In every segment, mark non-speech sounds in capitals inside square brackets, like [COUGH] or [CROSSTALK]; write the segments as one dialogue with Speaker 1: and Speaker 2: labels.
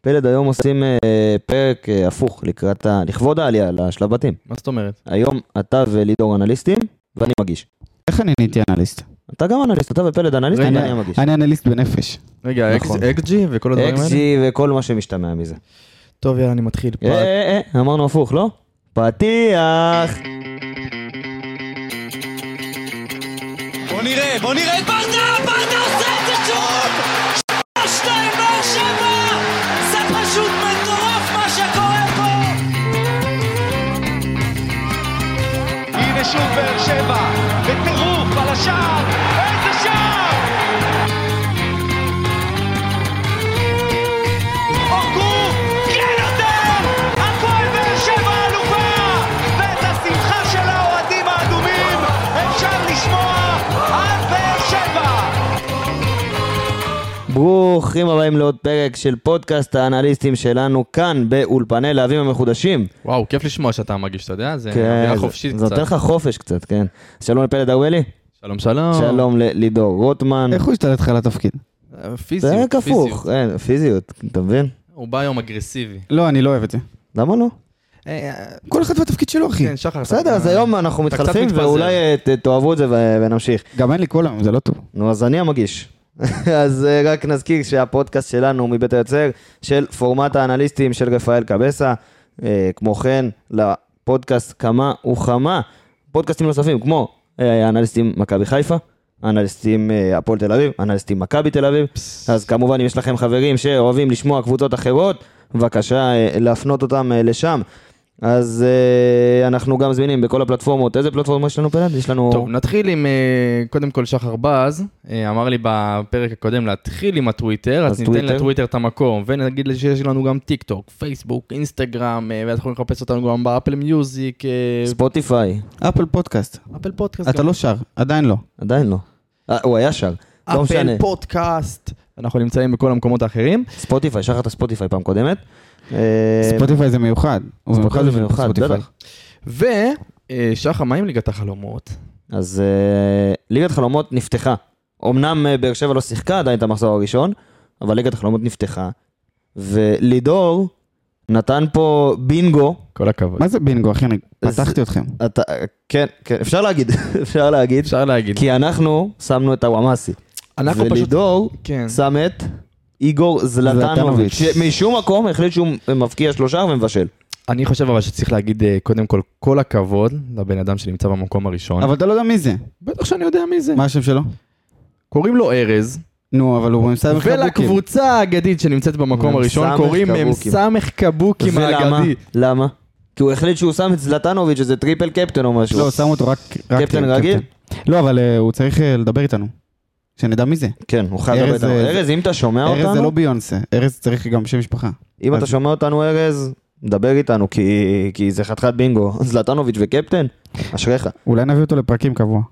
Speaker 1: פלד היום עושים אה, פרק אה, הפוך לקראת, ה- לכבוד העלייה לשלב בתים.
Speaker 2: מה זאת אומרת?
Speaker 1: היום אתה ולידור אנליסטים, ואני מגיש.
Speaker 3: איך אני נהייתי אנליסט?
Speaker 1: אתה גם אנליסט, אתה ופלד אנליסט,
Speaker 2: רגע,
Speaker 1: ואני המגיש.
Speaker 3: אני אנליסט בנפש.
Speaker 2: רגע, אקס-
Speaker 1: נכון.
Speaker 2: אקג'י וכל הדברים האלה?
Speaker 1: אקזי וכל מה שמשתמע מזה.
Speaker 2: טוב, יאללה, אני מתחיל.
Speaker 1: אה,
Speaker 2: פרק.
Speaker 1: אה, אה, אמרנו הפוך, לא? פתיח!
Speaker 4: בוא נראה, בוא נראה את ברדה, ברדה עושה את זה שוב! שלוש, שתיים, באר שבע! זה פשוט מטורף מה שקורה פה! הנה שוב באר שבע, בטירוף על השער, איזה שער! אורגו, כן יותר! הפועל באר שבע אלופה! ואת השמחה של האוהדים האדומים אפשר לשמוע על באר שבע!
Speaker 1: ברוכים הבאים לעוד פרק של פודקאסט האנליסטים שלנו כאן באולפני להבים המחודשים.
Speaker 2: וואו, כיף לשמוע שאתה מגיש, אתה יודע? זה
Speaker 1: כן,
Speaker 2: אווירה
Speaker 1: זה-
Speaker 2: כן, חופשית
Speaker 1: זה נותן
Speaker 2: קצת.
Speaker 1: לך חופש קצת, כן. אז שלום לפלד ארוואלי,
Speaker 2: שלום, שלום.
Speaker 1: שלום ללידור רוטמן.
Speaker 3: איך הוא השתלט לך לתפקיד?
Speaker 2: אה, פיזיות,
Speaker 1: זה רק
Speaker 2: פיזיות.
Speaker 1: הפוך, אין, פיזיות, אתה מבין?
Speaker 2: הוא בא היום אגרסיבי.
Speaker 1: כן.
Speaker 3: לא, אני לא אוהב את זה.
Speaker 1: למה לא?
Speaker 2: אה, אה,
Speaker 3: כל אחד והתפקיד שלו, אחי.
Speaker 2: כן, שחר.
Speaker 1: בסדר,
Speaker 2: אתה-
Speaker 1: אז היום אנחנו
Speaker 2: אתה קצת
Speaker 1: מתחלפים
Speaker 2: מתפזר.
Speaker 1: ואולי אה, ת- תאהבו את זה ו- ונמשיך.
Speaker 3: גם אין לי כל היום, זה לא טוב.
Speaker 1: נו, אז אני המגיש. [LAUGHS] אז אה, רק נזכיר שהפודקאסט שלנו הוא מבית היוצר של פורמט האנליסטים של רפאל קבסה. אה, כמו כן, לפודקאסט כמה וכמה פודקאסטים נוספים, כמו אה, אנליסטים מכבי חיפה, אנליסטים אה, הפועל תל אביב, אנליסטים מכבי תל אביב. אז כמובן, אם יש לכם חברים שאוהבים לשמוע קבוצות אחרות, בבקשה אה, להפנות אותם אה, לשם. אז אה, אנחנו גם זמינים בכל הפלטפורמות. איזה פלטפורמה יש לנו פלד? יש לנו...
Speaker 2: טוב, נתחיל עם, אה, קודם כל, שחר בז, אה, אמר לי בפרק הקודם להתחיל עם הטוויטר, אז
Speaker 1: אז
Speaker 2: ניתן
Speaker 1: טוויטר?
Speaker 2: לטוויטר את המקום, ונגיד שיש לנו גם טיק טוק, פייסבוק, אינסטגרם, אה, ואתם יכולים לחפש אותנו גם באפל מיוזיק, אה,
Speaker 1: ספוטיפיי,
Speaker 3: אפל פודקאסט.
Speaker 2: אפל פודקאסט.
Speaker 3: אתה
Speaker 2: גם.
Speaker 3: לא שר, עדיין לא.
Speaker 1: עדיין לא. אה, הוא היה שר, לא משנה.
Speaker 2: אפל פודקאסט, אנחנו נמצאים בכל המקומות האחרים.
Speaker 1: ספוטיפיי, שכחת ספוטיפיי פעם קודמת. אה,
Speaker 3: ספוטיפיי זה מיוחד. הוא
Speaker 1: ספוטיפיי זה
Speaker 3: בשביל
Speaker 1: מיוחד,
Speaker 3: ספוטיפיי.
Speaker 1: בטח.
Speaker 2: ושחר, מה עם אה, ליגת החלומות?
Speaker 1: אז אה, ליגת חלומות נפתחה. אמנם אה, באר שבע לא שיחקה עדיין את המחזור הראשון, אבל ליגת החלומות נפתחה. ולידור נתן פה בינגו.
Speaker 2: כל הכבוד.
Speaker 3: מה זה בינגו, אחי? אני
Speaker 1: אז-
Speaker 3: פתחתי אתכם.
Speaker 1: אתה, כן, כן, אפשר להגיד, [LAUGHS] אפשר להגיד.
Speaker 2: אפשר להגיד.
Speaker 1: כי אנחנו שמנו את הוואמאסי.
Speaker 2: אנחנו פשוט...
Speaker 1: ולידור
Speaker 2: כן.
Speaker 1: שם את איגור זלטנוביץ',
Speaker 3: זלטנוביץ'.
Speaker 1: שמשום מקום החליט שהוא מבקיע שלושה ומבשל.
Speaker 2: אני חושב אבל שצריך להגיד אה, קודם כל כל הכבוד לבן אדם שנמצא במקום הראשון.
Speaker 3: אבל אתה לא יודע מי זה.
Speaker 2: בטח שאני יודע מי זה.
Speaker 3: מה השם שלו?
Speaker 2: קוראים לו ארז,
Speaker 3: נו, אבל הוא
Speaker 2: אה,
Speaker 3: מסתיים חבוקים.
Speaker 2: ולקבוצה האגדית שנמצאת במקום
Speaker 1: מ"ס
Speaker 2: הראשון קוראים מ"ם
Speaker 1: קבוקים.
Speaker 2: סמך קבוקים
Speaker 1: ולמה?
Speaker 2: האגדי.
Speaker 1: למה? כי הוא החליט שהוא שם את זלטנוביץ', איזה טריפל קפטן או משהו.
Speaker 3: לא, שמו אותו רק... רק-
Speaker 1: קפטן רגיל?
Speaker 3: לא, אבל אה, הוא צריך אה, לדבר איתנו. שנדע מי זה.
Speaker 1: כן, הוא חייב
Speaker 3: ארז
Speaker 1: לדבר איתנו.
Speaker 3: זה-
Speaker 1: ארז, אם אתה שומע
Speaker 3: ארז זה לא
Speaker 1: אותנו,
Speaker 3: ביונסה. ארז צריך גם שם משפחה.
Speaker 1: אם אתה
Speaker 3: אז-
Speaker 1: שומע אותנו, ארז, דבר איתנו, כי- כי זה חתיכת בינגו. [LAUGHS] זלטנוביץ' וקפטן, אשריך.
Speaker 3: אולי נביא אותו לפרקים קבוע.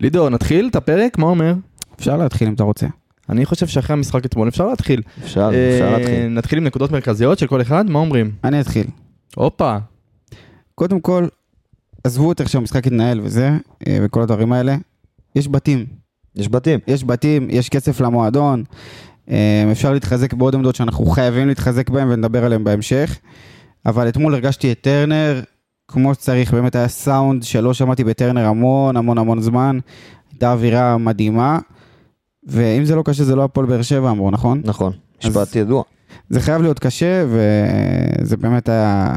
Speaker 2: לידור, נתחיל את הפרק? מה אומר?
Speaker 3: אפשר להתחיל אם אתה רוצה.
Speaker 2: אני חושב שאחרי המשחק אתמול אפשר להתחיל.
Speaker 1: אפשר, אפשר
Speaker 2: אה,
Speaker 1: להתחיל.
Speaker 2: נתחיל עם נקודות מרכזיות של כל אחד, מה אומרים?
Speaker 3: אני אתחיל.
Speaker 2: הופה.
Speaker 3: קודם כל, עזבו את איך שהמשחק התנהל וזה, אה, וכל הדברים האלה. יש בתים.
Speaker 1: יש בתים.
Speaker 3: יש בתים, יש כסף למועדון. אה, אפשר להתחזק בעוד עמדות שאנחנו חייבים להתחזק בהן ונדבר עליהן בהמשך. אבל אתמול הרגשתי את טרנר כמו שצריך, באמת היה סאונד שלא שמעתי בטרנר המון המון המון זמן. הייתה אווירה מדהימה. ואם זה לא קשה זה לא הפועל באר שבע אמרו, נכון?
Speaker 1: נכון,
Speaker 3: אז-
Speaker 1: משפט ידוע.
Speaker 3: זה חייב להיות קשה, וזה באמת היה...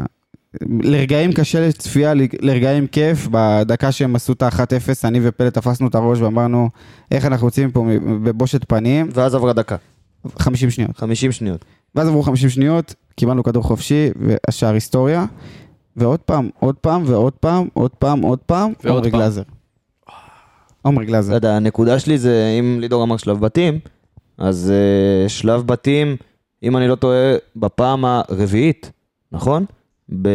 Speaker 3: לרגעים קשה לצפייה, לרגעים כיף. בדקה שהם עשו את ה-1-0, אני ופלט תפסנו את הראש ואמרנו, איך אנחנו יוצאים פה בבושת פנים?
Speaker 1: ואז עברה דקה,
Speaker 3: 50 שניות.
Speaker 1: 50 שניות.
Speaker 3: ואז עברו 50 שניות, קיבלנו כדור חופשי, והשאר היסטוריה. ועוד פעם, עוד פעם, ועוד פעם, עוד פעם, עוד פעם,
Speaker 2: ועוד
Speaker 3: עומרי
Speaker 2: פעם.
Speaker 3: גלאזר. עומרי
Speaker 1: לא
Speaker 3: גלאזר.
Speaker 1: יודע, הנקודה שלי זה, אם לידור אמר שלב בתים, אז אה, שלב בתים, אם אני לא טועה, בפעם הרביעית, נכון? בפעם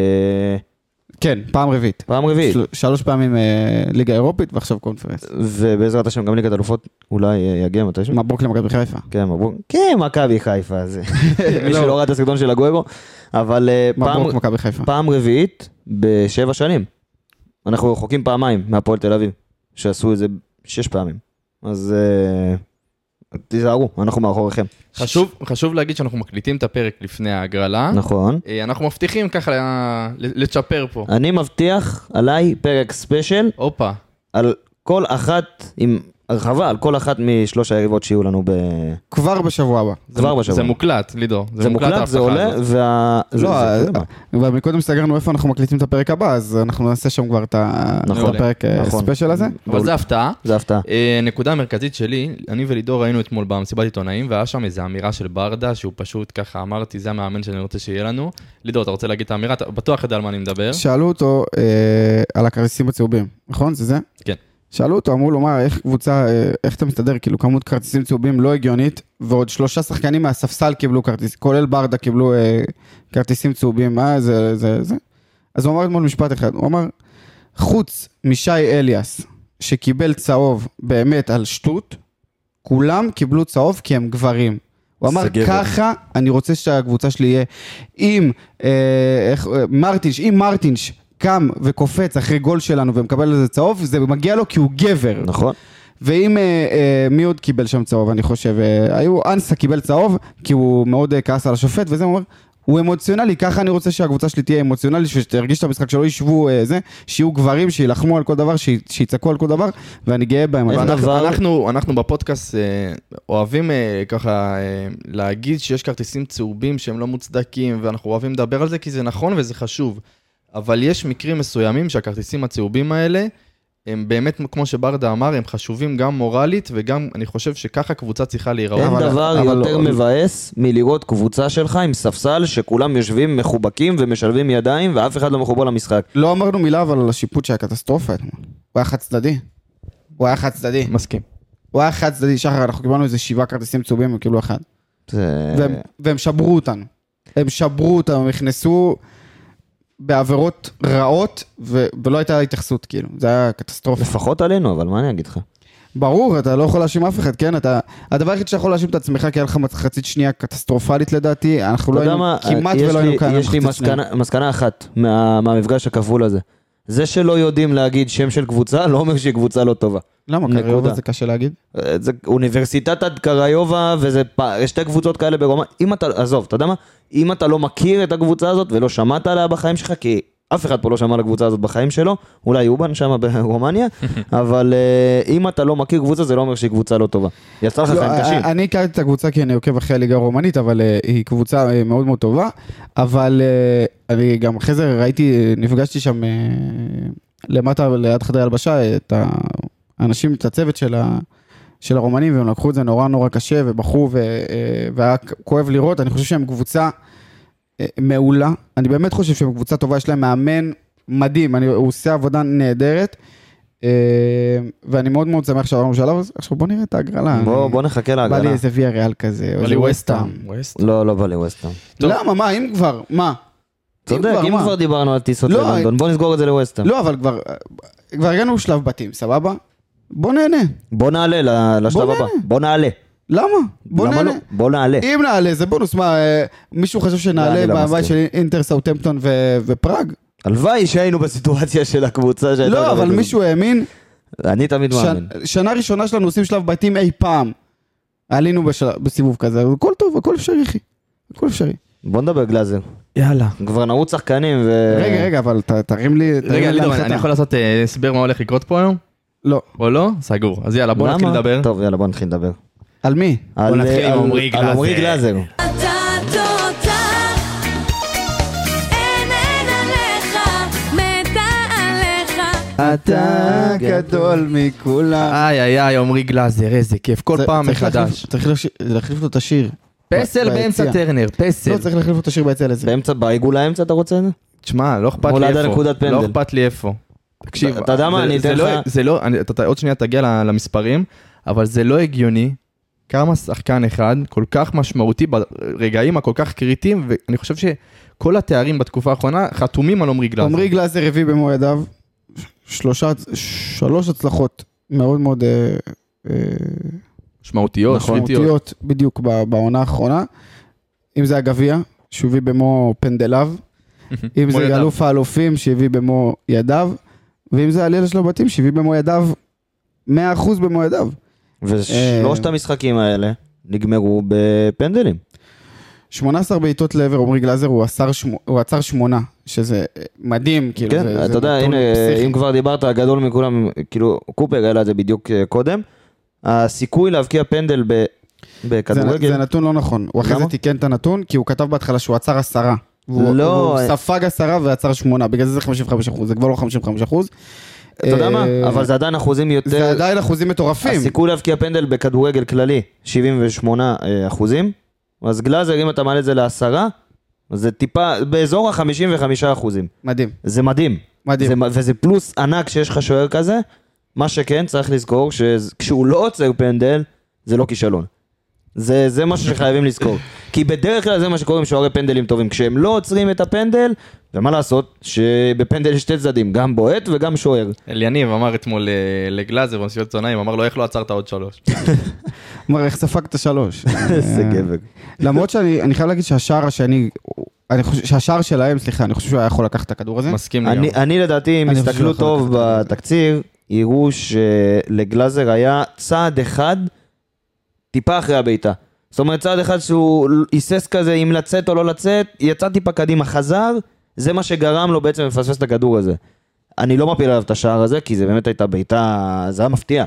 Speaker 3: כן, פעם רביעית.
Speaker 1: רביעית.
Speaker 3: של- שלוש פעמים אה, ליגה אירופית, ועכשיו קונפרנס.
Speaker 1: ובעזרת השם גם ליגת אלופות אולי אה, יגיע מתישהו.
Speaker 3: מברוק למכבי חיפה.
Speaker 1: כן, מברוק. כן, מכבי חיפה, [LAUGHS]
Speaker 2: [LAUGHS]
Speaker 1: זה. מי
Speaker 3: לא.
Speaker 1: שלא ראה את הסרטון של הגוארו, אבל אה, פעם-
Speaker 3: מברוק מכבי חיפה.
Speaker 1: פעם רביעית בשבע שנים. אנחנו רחוקים פעמיים מהפועל תל אביב, שעשו את זה שש פעמים. אז אה, תיזהרו, אנחנו מאחוריכם.
Speaker 2: חשוב, חשוב להגיד שאנחנו מקליטים את הפרק לפני ההגרלה.
Speaker 1: נכון.
Speaker 2: אה, אנחנו מבטיחים ככה אה, לצ'פר פה.
Speaker 1: אני מבטיח עליי פרק ספיישל
Speaker 2: הופה.
Speaker 1: על כל אחת, עם הרחבה, על כל אחת משלוש היריבות שיהיו לנו ב...
Speaker 3: כבר בשבוע הבא.
Speaker 2: זה
Speaker 1: כבר
Speaker 2: מוק-
Speaker 1: בשבוע.
Speaker 2: זה מוקלט, לידור.
Speaker 1: זה מוקלט, זה
Speaker 2: ההבטחה
Speaker 1: עולה,
Speaker 2: הזאת.
Speaker 1: וה... זה-
Speaker 3: לא,
Speaker 1: זה-
Speaker 3: אז-
Speaker 1: אתה יודע מה.
Speaker 3: אבל מקודם סגרנו איפה אנחנו מקליטים את הפרק הבא, אז אנחנו נעשה שם כבר את ה-
Speaker 1: נכון.
Speaker 3: את הפרק אה,
Speaker 1: נכון.
Speaker 3: ספיישל הזה.
Speaker 2: אבל זה הפתעה.
Speaker 1: זה הפתעה.
Speaker 2: אה, נקודה המרכזית שלי, אני ולידור היינו אתמול במסיבת עיתונאים, והיה שם איזו אמירה של ברדה, שהוא פשוט ככה אמרתי, זה המאמן שאני רוצה שיהיה לנו. לידור, אתה רוצה להגיד את האמירה? אתה בטוח יודע על מה אני מדבר.
Speaker 3: שאלו אותו אה, על הכרטיסים הצהובים, נכון? זה זה?
Speaker 2: כן.
Speaker 3: שאלו אותו, אמרו לו, מה, איך קבוצה, אה, איך אתה מסתדר? כאילו, כמות כרטיסים צהובים לא הגיונית, ועוד שלושה שחקנים מהספסל קיבלו כרטיס, כולל ברדה קיבלו אה, כרטיסים צהובים, מה זה, זה, זה. אז הוא אמר אתמול משפט אחד, הוא אמר, חוץ משי אליאס, שקיבל צהוב באמת על שטות, כולם קיבלו צהוב כי הם גברים. הוא אמר,
Speaker 1: זה גבר.
Speaker 3: ככה אני רוצה שהקבוצה שלי יהיה. אם אה, איך, אה, מרטינש, אם מרטינש קם וקופץ אחרי גול שלנו ומקבל על זה צהוב, זה מגיע לו כי הוא גבר.
Speaker 1: נכון.
Speaker 3: ואם, אה, אה, מי עוד קיבל שם צהוב, אני חושב? אה, היו, אנסה קיבל צהוב, כי הוא מאוד אה, כעס על השופט, וזה, הוא אומר, הוא אמוציונלי, ככה אני רוצה שהקבוצה שלי תהיה אמוציונלית, שתרגיש את המשחק, שלא ישבו אה, זה, שיהיו גברים, שיילחמו על כל דבר, שי- שיצעקו על כל דבר, ואני גאה בהם.
Speaker 1: אין
Speaker 3: אבל-
Speaker 1: דבר- אבל-
Speaker 2: אנחנו, אנחנו בפודקאסט אה, אוהבים אה, ככה אה, להגיד שיש כרטיסים צהובים שהם לא מוצדקים, ואנחנו אוהבים לדבר על זה כי זה נכון וזה חשוב. אבל יש מקרים מסוימים שהכרטיסים הצהובים האלה, הם באמת, כמו שברדה אמר, הם חשובים גם מורלית, וגם אני חושב שככה קבוצה צריכה להיראות.
Speaker 1: אין
Speaker 3: אבל-
Speaker 1: דבר
Speaker 3: אבל- לא-
Speaker 1: יותר
Speaker 3: אבל-
Speaker 1: מבאס מלראות קבוצה שלך עם ספסל שכולם יושבים מחובקים ומשלבים ידיים ואף אחד לא מחובר למשחק.
Speaker 3: לא אמרנו מילה אבל על השיפוט שהיה קטסטרופה אתמול. הוא היה חד צדדי. הוא היה חד צדדי.
Speaker 2: מסכים.
Speaker 3: הוא היה חד צדדי, שחר, אנחנו קיבלנו איזה שבעה כרטיסים צהובים, הם קיבלו אחד.
Speaker 1: זה-
Speaker 3: והם, והם שברו אותנו. הם שברו אותנו, הם נכנסו בעבירות רעות, ו, ולא הייתה התייחסות, כאילו. זה היה קטסטרופה.
Speaker 1: לפחות עלינו, אבל מה אני אגיד לך?
Speaker 3: ברור, אתה לא יכול להאשים אף אחד, כן? אתה... הדבר היחיד שאתה יכול להאשים את עצמך, כי היה לך מחצית שנייה קטסטרופלית לדעתי, אנחנו
Speaker 1: אתה
Speaker 3: לא
Speaker 1: יודע
Speaker 3: היינו,
Speaker 1: מה? אה,
Speaker 3: כמעט
Speaker 1: יש
Speaker 3: ולא
Speaker 1: לי-
Speaker 3: היינו כאן
Speaker 1: יש לי
Speaker 3: במחצית שנייה.
Speaker 1: מסקנה- מסקנה אחת מה- מהמפגש הכפול הזה. זה שלא יודעים להגיד שם של קבוצה, לא אומר שהיא קבוצה לא טובה.
Speaker 3: למה,
Speaker 1: נקודה.
Speaker 3: קריובה זה קשה להגיד?
Speaker 1: אה, זה אוניברסיטת קריובה, וזה פ- שתי קבוצות כאלה ברומא. אם אתה, עזוב, אתה יודע מה? אם אתה לא מכיר את הקבוצה הזאת ולא שמעת עליה בחיים שלך, כי אף אחד פה לא שמע על הקבוצה הזאת בחיים שלו, אולי יובן שם ברומניה, אבל אה, אם אתה לא מכיר קבוצה, זה לא אומר שהיא קבוצה לא טובה. יצא לך
Speaker 3: לא,
Speaker 1: חיים קשים.
Speaker 3: אני הכרתי את הקבוצה כי אני עוקב אחרי הליגה הרומנית, אבל אה, היא קבוצה אה, מאוד מאוד טובה. אבל אה, אני גם אחרי זה ראיתי, אה, נפגשתי שם אה, למטה ליד חדרי הלבשה, אה, את האנשים, את הצוות של ה... של הרומנים, והם לקחו את זה נורא נורא קשה, ובכו, ו- אה, והיה כואב לראות. אני חושב שהם קבוצה אה, מעולה. אני באמת חושב שהם קבוצה טובה, יש להם מאמן מדהים, אני, הוא עושה עבודה נהדרת. אה, ואני מאוד מאוד שמח שעברנו שלב, אז עכשיו בוא נראה את ההגרלה.
Speaker 1: בוא
Speaker 3: אני-
Speaker 1: בוא נחכה
Speaker 3: אה, בא לי
Speaker 1: להגנה.
Speaker 3: איזה ויה ריאל כזה. או
Speaker 2: אבל
Speaker 3: איזה
Speaker 2: היא
Speaker 3: ווסט-האם.
Speaker 2: ווסטהאם. ווסט.
Speaker 1: לא, לא בא לי ווסטהאם.
Speaker 3: טוב. למה? מה? אם כבר, מה?
Speaker 1: צודק, אם
Speaker 3: מה?
Speaker 1: כבר דיברנו על טיסות
Speaker 3: לא,
Speaker 1: ללונדון, בוא נסגור את זה לווסטהאם.
Speaker 3: לא, אבל כבר... כבר הגענו לשלב בתים, סבבה? בוא נהנה. בוא
Speaker 1: בוא נעלה ל- לשלב
Speaker 3: נעלה.
Speaker 1: הבא. בוא נעלה.
Speaker 3: למה? בוא
Speaker 1: למה
Speaker 3: נהנה.
Speaker 1: לא? בוא נעלה.
Speaker 3: אם נעלה, זה בונוס. מה, אה, מישהו חשב
Speaker 1: לא, אני
Speaker 3: שנעלה
Speaker 1: לא
Speaker 3: מהבית של
Speaker 1: מסכים.
Speaker 3: אינטר סאוטמפטון ו- ופראג?
Speaker 1: הלוואי שהיינו בסיטואציה של הקבוצה שהייתה...
Speaker 3: לא,
Speaker 1: כזאת.
Speaker 3: אבל מישהו האמין.
Speaker 1: אני תמיד
Speaker 3: ש-
Speaker 1: מאמין.
Speaker 3: שנה ראשונה שלנו עושים שלב בתים אי פעם. עלינו בשל- בסיבוב כזה, אבל הכל טוב, הכל אפשרי, אחי. הכל אפשרי.
Speaker 1: בוא נדבר גלאזר.
Speaker 2: יאללה.
Speaker 1: כבר נעוץ שחקנים ו...
Speaker 3: רגע, רגע, אבל ת- תרים לי... תרים
Speaker 2: רגע,
Speaker 3: לי
Speaker 2: לידור,
Speaker 3: להנחתה.
Speaker 2: אני יכול לעשות אה, הסבר מה הולך לקרות פה היום?
Speaker 3: לא.
Speaker 2: או לא? סגור. אז יאללה, בוא נתחיל
Speaker 1: למה?
Speaker 2: לדבר.
Speaker 1: טוב, יאללה, בוא נתחיל לדבר.
Speaker 3: על מי?
Speaker 1: על-
Speaker 2: נתחיל עם
Speaker 1: על-
Speaker 2: עמרי
Speaker 1: על עמרי
Speaker 2: גלאזר.
Speaker 1: גלאזר.
Speaker 5: אתה תותח, אין אין עליך, מתה עליך.
Speaker 3: אתה גדול מכולם.
Speaker 2: איי איי איי, עמרי גלאזר, איזה כיף, כל
Speaker 3: צ-
Speaker 2: פעם
Speaker 3: צריך
Speaker 2: מחדש.
Speaker 3: להחליף- צריך להחליף- להחליף לו את השיר.
Speaker 2: פסל
Speaker 3: ב- ביציע.
Speaker 2: באמצע טרנר,
Speaker 3: לא,
Speaker 2: פסל.
Speaker 3: צריך להחליף לו את השיר ביציע לזה.
Speaker 1: באמצע בעיגול האמצע אתה רוצה את זה?
Speaker 2: תשמע, לא אכפת לי
Speaker 1: מולדה
Speaker 2: איפה.
Speaker 1: נקודת פנדל.
Speaker 2: לא אכפת לי איפה. תקשיב,
Speaker 1: אתה יודע מה,
Speaker 2: זה-
Speaker 1: אני
Speaker 2: זה
Speaker 1: אתן
Speaker 2: לא-
Speaker 1: לך-
Speaker 2: זה לא, אני- אתה- אתה עוד שנייה תגיע ל- למספרים, אבל זה לא הגיוני כמה שחקן אחד כל כך משמעותי ברגעים הכל כך קריטיים, ואני חושב שכל התארים בתקופה האחרונה חתומים על עמרי גלאזר.
Speaker 3: עמרי גלאזר הביא במו ידיו שלושה, שלוש הצלחות מאוד מאוד אה, אה,
Speaker 2: משמעותיות, קריטיות.
Speaker 3: משמעותיות בדיוק ב- בעונה האחרונה. אם זה הגביע, שהוא הביא במו פנדליו,
Speaker 2: [LAUGHS]
Speaker 3: אם
Speaker 2: במו
Speaker 3: זה
Speaker 2: ידיו.
Speaker 3: אלוף האלופים שהביא במו ידיו, ואם זה העלייה שלו בתים שהביא במו ידיו 100% במו ידיו. אה,
Speaker 1: ושלושת המשחקים האלה נגמרו בפנדלים.
Speaker 3: 18 בעיטות לעבר עמרי גלאזר, הוא, אסר שמו- הוא עצר שמונה, שזה אה, מדהים, כאילו,
Speaker 1: כן,
Speaker 3: זה,
Speaker 1: אתה
Speaker 3: זה
Speaker 1: יודע,
Speaker 3: נתון
Speaker 1: הנה,
Speaker 3: פסיכי.
Speaker 1: אם כבר דיברת, הגדול מכולם, כאילו, קופר העלה את זה בדיוק אה, קודם. הסיכוי להבקיע פנדל ב-
Speaker 3: זה, נ- זה
Speaker 1: בכדורגל,
Speaker 3: נתון לא נכון, הוא אחרי
Speaker 1: למה?
Speaker 3: זה תיקן את הנתון, כי הוא כתב בהתחלה שהוא עצר עשרה. והוא,
Speaker 1: לא,
Speaker 3: הוא
Speaker 1: אה.
Speaker 3: ספג עשרה ועצר שמונה, בגלל זה זה 55 אחוז, זה כבר לא 55 אחוז.
Speaker 1: אתה יודע מה? אבל זה עדיין אחוזים
Speaker 3: אה, זה
Speaker 1: יותר,
Speaker 3: עדיין אחוזים מטורפים.
Speaker 1: הסיכוי להבקיע פנדל בכדורגל כללי, 78 אה, אחוזים. אז גלאזר, אם אתה מעלה את זה לעשרה, אז זה טיפה, באזור ה-55 אחוזים.
Speaker 3: מדהים,
Speaker 1: זה מדהים.
Speaker 3: מדהים.
Speaker 1: זה, מ- וזה פלוס ענק שיש לך שוער כזה. מה שכן, צריך לזכור שכשהוא לא עוצר פנדל, זה לא כישלון. זה, זה משהו שחייבים לזכור. כי בדרך כלל זה מה שקורה עם שוערי פנדלים טובים. כשהם לא עוצרים את הפנדל, ומה לעשות, שבפנדל יש שתי צדדים, גם בועט וגם שוער.
Speaker 2: אליניב אמר אתמול אה, לגלאזר במסיבת עיתונאים, אמר לו איך לא עצרת עוד שלוש.
Speaker 3: כלומר, איך ספגת שלוש?
Speaker 1: [LAUGHS] איזה
Speaker 3: אה.
Speaker 1: גבר.
Speaker 3: למרות שאני אני חייב להגיד שהשער השני, אני חושב, שהשער שלהם, סליחה, אני חושב שהוא היה יכול לקחת את הכדור הזה.
Speaker 2: מסכים
Speaker 1: אני,
Speaker 2: לגמרי.
Speaker 1: אני לדעתי, אם
Speaker 3: אני חושב
Speaker 1: יסתכלו
Speaker 3: שהוא יכול
Speaker 1: טוב
Speaker 3: לקחת את
Speaker 1: בתקציר, יראו שלגלאזר היה צעד אחד טיפה אחרי הבעיטה. זאת אומרת, צעד אחד שהוא היסס כזה אם לצאת או לא לצאת, יצא טיפה קדימה, חזר, זה מה שגרם לו בעצם לפספס את הכדור הזה. אני לא מפיל עליו את השער הזה, כי זה באמת הייתה בעיטה, זה היה מפתיע.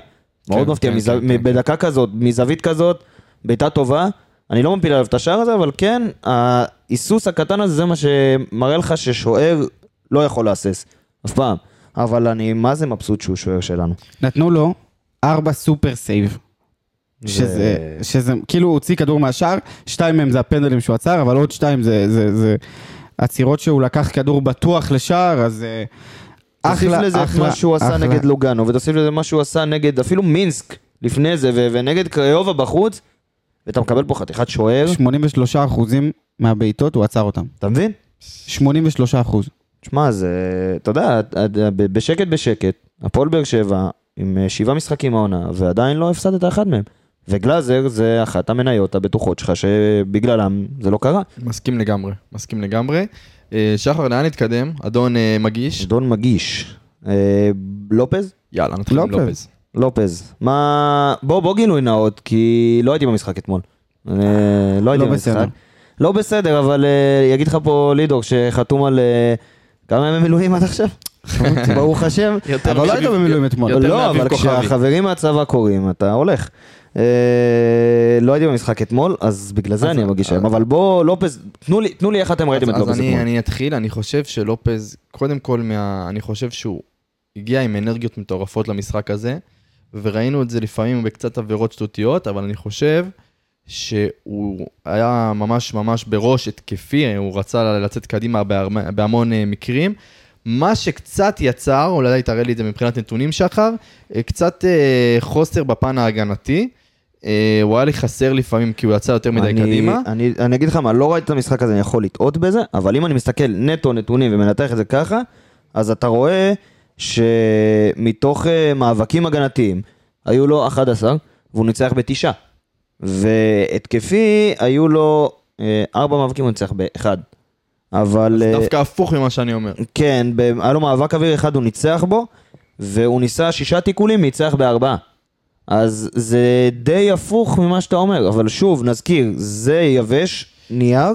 Speaker 1: מאוד
Speaker 2: כן,
Speaker 1: מפתיע,
Speaker 2: כן,
Speaker 1: מזו-
Speaker 2: כן, כן,
Speaker 1: בדקה כזאת, מזווית כזאת, בעיטה טובה. אני לא מפיל עליו את השער הזה, אבל כן, ההיסוס הקטן הזה זה מה שמראה לך ששוער לא יכול להסס, אף פעם. אבל אני, מה זה מבסוט שהוא שוער שלנו.
Speaker 3: נתנו לו ארבע סופר סייב. שזה, שזה, כאילו הוא הוציא כדור מהשער, שתיים מהם זה הפנדלים שהוא עצר, אבל עוד שתיים זה, זה, זה עצירות שהוא לקח כדור בטוח לשער, אז אה,
Speaker 1: תוסיף לזה את מה שהוא עשה נגד לוגאנו, ותוסיף לזה מה שהוא עשה נגד אפילו מינסק לפני זה, ו- ונגד קריובה בחוץ, ואתה מקבל פה חתיכת שוער,
Speaker 3: 83 אחוזים מהבעיטות הוא עצר אותם.
Speaker 1: אתה מבין?
Speaker 3: 83 אחוז.
Speaker 1: שמע, זה, אתה יודע, את- את- ב- בשקט בשקט, הפועל באר שבע עם אה, שבעה משחקים העונה, ועדיין לא הפסדת אחד מהם. וגלאזר זה אחת המניות הבטוחות שלך שבגללם זה לא קרה.
Speaker 2: מסכים לגמרי, מסכים לגמרי. אה, שחר, לאן נתקדם? אדון אה, מגיש?
Speaker 1: דון מגיש. אה, לופז?
Speaker 2: יאללה, נתחיל עם
Speaker 3: לופז.
Speaker 2: לופז.
Speaker 1: לופז. מה... בוא, בוא גילוי נאות, כי לא הייתי במשחק אתמול. אה, לא הייתי
Speaker 3: לא
Speaker 1: במשחק.
Speaker 3: בסדר.
Speaker 1: לא בסדר, אבל אה, יגיד לך פה לידור שחתום על אה, כמה ימי מילואים עד עכשיו? ברוך השם.
Speaker 3: אבל לא היית במילואים אתמול.
Speaker 2: יותר
Speaker 1: לא,
Speaker 2: מאביב
Speaker 1: אבל
Speaker 2: כוכבי.
Speaker 1: כשהחברים מהצבא קוראים, אתה הולך. אה, לא הייתי במשחק אתמול, אז בגלל זה
Speaker 2: אז- אה,
Speaker 1: אני מגיש היום. אבל בוא, לופז, תנו לי- תנו לי איך אתם ראיתם לא את
Speaker 2: אז-
Speaker 1: לופז
Speaker 2: אז
Speaker 1: אתמול.
Speaker 2: אני, אני אתחיל, אני חושב שלופז, קודם כל, מה, אני חושב שהוא הגיע עם אנרגיות מטורפות למשחק הזה, וראינו את זה לפעמים בקצת עבירות שטותיות, אבל אני חושב שהוא היה ממש ממש בראש התקפי, הוא רצה לצאת קדימה בהרמ- בהמון אה, מקרים. מה שקצת יצר, אולי תראה לי את זה מבחינת נתונים שחר, אה, קצת אה, חוסר בפן ההגנתי. אה, הוא היה לי חסר לפעמים כי הוא יצא יותר מדי
Speaker 1: אני-
Speaker 2: קדימה.
Speaker 1: אני, אני אגיד לך מה, לא ראיתי את המשחק הזה, אני יכול לטעות בזה, אבל אם אני מסתכל נטו נתונים ומנתח את זה ככה, אז אתה רואה שמתוך אה, מאבקים הגנתיים, היו לו 11, והוא ניצח בתשעה. והתקפי, היו לו אה, ארבע מאבקים, הוא ניצח באחד. אבל... אה,
Speaker 2: דווקא הפוך ממה שאני אומר.
Speaker 1: כן, ב- היה לו מאבק אוויר אחד, הוא ניצח בו, והוא ניסה שישה תיקולים, ניצח בארבעה. אז זה די הפוך ממה שאתה אומר, אבל שוב, נזכיר, זה יבש, נייר,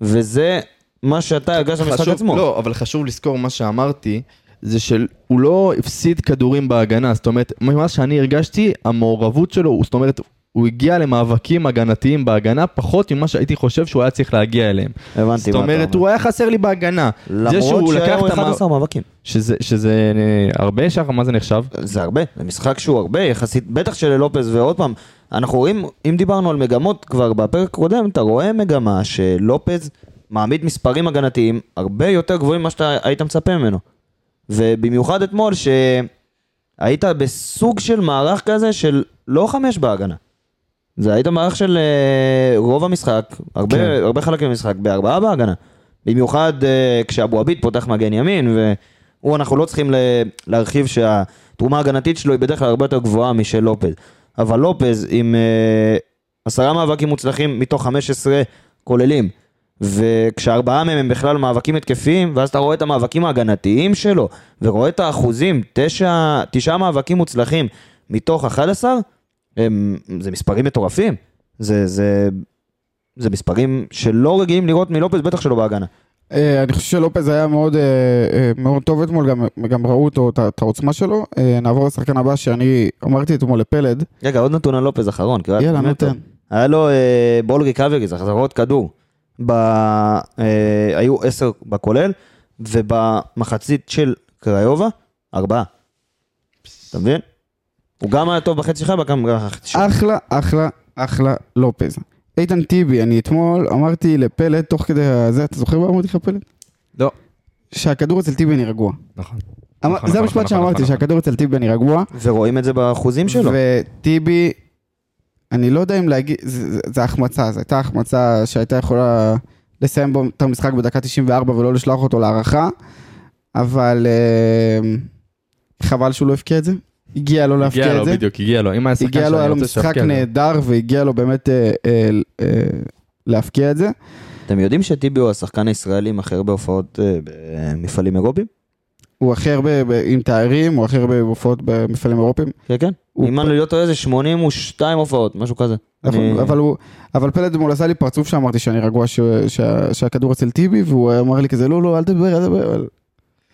Speaker 1: וזה מה שאתה הרגשת במשחק
Speaker 2: חשוב-
Speaker 1: עצמו.
Speaker 2: לא, אבל חשוב לזכור מה שאמרתי, זה שהוא לא הפסיד כדורים בהגנה, זאת אומרת, ממה שאני הרגשתי, המעורבות שלו, זאת אומרת, הוא הגיע למאבקים הגנתיים בהגנה פחות ממה שהייתי חושב שהוא היה צריך להגיע אליהם.
Speaker 1: הבנתי מה
Speaker 2: זאת
Speaker 1: אתה
Speaker 2: אומרת,
Speaker 1: אומר.
Speaker 2: הוא היה חסר לי בהגנה. זה
Speaker 1: למרות
Speaker 2: שהוא לקח
Speaker 1: שהיה לו
Speaker 2: את המאב-
Speaker 1: 11 מאבקים.
Speaker 2: שזה- שזה אה, הרבה שחר, מה זה נחשב?
Speaker 1: זה הרבה, זה משחק שהוא הרבה יחסית, בטח שללופז, ועוד פעם, אנחנו רואים, אם דיברנו על מגמות כבר בפרק הקודם, אתה רואה מגמה שלופז מעמיד מספרים הגנתיים הרבה יותר גבוהים ממה שאתה היית מצפה ממנו. ובמיוחד אתמול, שהיית בסוג של מערך כזה של לא חמש בהגנה. זה היית מערך של אה, רוב המשחק, הרבה,
Speaker 3: כן.
Speaker 1: כן. הרבה חלקים במשחק, בארבעה בהגנה. במיוחד אה, כשאבו עביד פותח מגן ימין, והוא, אנחנו לא צריכים ל- להרחיב שהתרומה ההגנתית שלו היא בדרך כלל הרבה יותר גבוהה משל לופז. אבל לופז עם אה, עשרה מאבקים מוצלחים מתוך 15 כוללים, וכשארבעה מהם הם בכלל מאבקים התקפיים, ואז אתה רואה את המאבקים ההגנתיים שלו, ורואה את האחוזים, תשע, תשעה מאבקים מוצלחים מתוך 11, הם, זה מספרים מטורפים. זה, זה, זה מספרים שלא רגילים לראות מלופז, בטח שלא בהגנה.
Speaker 3: אה, אני חושב שלופז היה מאוד, אה, אה, מאוד טוב אתמול, גם, גם ראו אותו, את ה- את העוצמה שלו. אה, נעבור לשחקן הבא שאני אמרתי אתמול לפלד.
Speaker 1: רגע, עוד נתון על לופז אחרון. כי הוא היה
Speaker 3: יאללה,
Speaker 1: באמת
Speaker 3: נו,
Speaker 1: טוב.
Speaker 3: תן.
Speaker 1: היה לו אה, בול ריקאברי, זה החזרות כדור. ב, אה, היו עשר בכולל, ובמחצית של קריובה, ארבעה. אתה מבין? הוא גם היה טוב בחצי שלך, וגם בחצי שלך.
Speaker 3: אחלה, אחלה, אחלה לופז. איתן טיבי, אני אתמול אמרתי לפלד, תוך כדי הזה, אתה זוכר מה אמרתי לך פלד?
Speaker 2: לא.
Speaker 3: שהכדור אצל טיבי אני רגוע.
Speaker 2: נכון.
Speaker 3: אמר-
Speaker 2: נכון,
Speaker 3: זה
Speaker 2: נכון,
Speaker 3: המשפט
Speaker 2: נכון, נכון,
Speaker 3: שאמרתי,
Speaker 2: נכון.
Speaker 3: שהכדור אצל טיבי אני רגוע.
Speaker 1: ורואים את זה באחוזים שלו.
Speaker 3: וטיבי, אני לא יודע אם להגיד, זה זה- זה החמצה, זו הייתה החמצה שהייתה יכולה לסיים בו את המשחק בדקה 94 ולא לשלוח אותו להערכה, אבל אה, חבל שהוא לא הבקיע את זה. הגיע לו
Speaker 2: הגיע
Speaker 3: להבקיע
Speaker 2: לו,
Speaker 3: את זה.
Speaker 2: בדיוק, הגיע לו. אם היה שחקן
Speaker 3: הגיע לו, היה
Speaker 2: שאני
Speaker 3: לו
Speaker 2: רוצה
Speaker 3: משחק
Speaker 2: שיבקיע, זה-
Speaker 3: נהדר והגיע לו באמת אה, אה, אה, להבקיע את זה.
Speaker 1: אתם יודעים שטיבי הוא השחקן הישראלי עם הכי הרבה הופעות אה, במפעלים אירופיים?
Speaker 3: הוא הכי הרבה ב- עם תארים, הוא הכי הרבה בהופעות במפעלים אירופיים.
Speaker 1: כן, כן.
Speaker 3: הוא
Speaker 1: אם
Speaker 3: פ-
Speaker 1: אני לא טועה זה 82 הופעות, משהו כזה.
Speaker 3: נכון,
Speaker 1: אני-
Speaker 3: אבל הוא, אבל פלד מול עשה לי פרצוף שאמרתי שאני רגוע ש, שה, שהכדור אצל טיבי, והוא אמר לי כזה, לא, לא, אל תדבר, אל תדבר, על,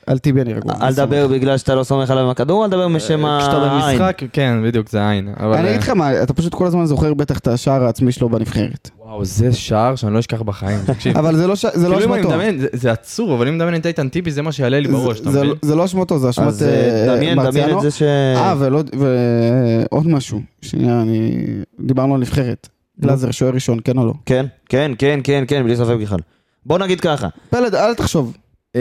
Speaker 3: על טיבי אני רגוע.
Speaker 1: אל תדבר בגלל שאתה לא סומך עליו עם הכדור, אל
Speaker 3: אה,
Speaker 1: תדבר משם
Speaker 2: כשאתה
Speaker 1: העין.
Speaker 2: במשחק, כן, בדיוק, זה עין. אבל,
Speaker 3: אני
Speaker 2: אה,
Speaker 3: אגיד לך מה, אתה פשוט כל הזמן זוכר בטח את השער העצמי שלו בנבחרת.
Speaker 2: וואו, זה שער שאני לא אשכח בחיים, [LAUGHS] תקשיב.
Speaker 3: אבל זה לא ש- זה לא
Speaker 2: כאילו אם אני
Speaker 3: אשמתו.
Speaker 2: מדמיין, זה- זה עצוב, אבל אם אני מדמיין את איתן טיבי, זה מה שיעלה לי בראש,
Speaker 3: זה-
Speaker 2: אתה
Speaker 3: זה
Speaker 2: מבין?
Speaker 3: לא- זה לא אשמתו, זה אשמת
Speaker 1: אז
Speaker 3: אה,
Speaker 1: אה, דמיין, דמיין
Speaker 3: מרציאנו.
Speaker 1: את זה ש...
Speaker 3: אה, ולא- ועוד משהו, שנייה, אני... דיברנו על נבחרת. גלאזר, שוער ראשון, כן או לא?
Speaker 1: כן, כן, כן, כן, כן, בלי ספק בכלל. בוא נגיד ככה,
Speaker 3: פלד, אל תחשוב.
Speaker 2: אמ,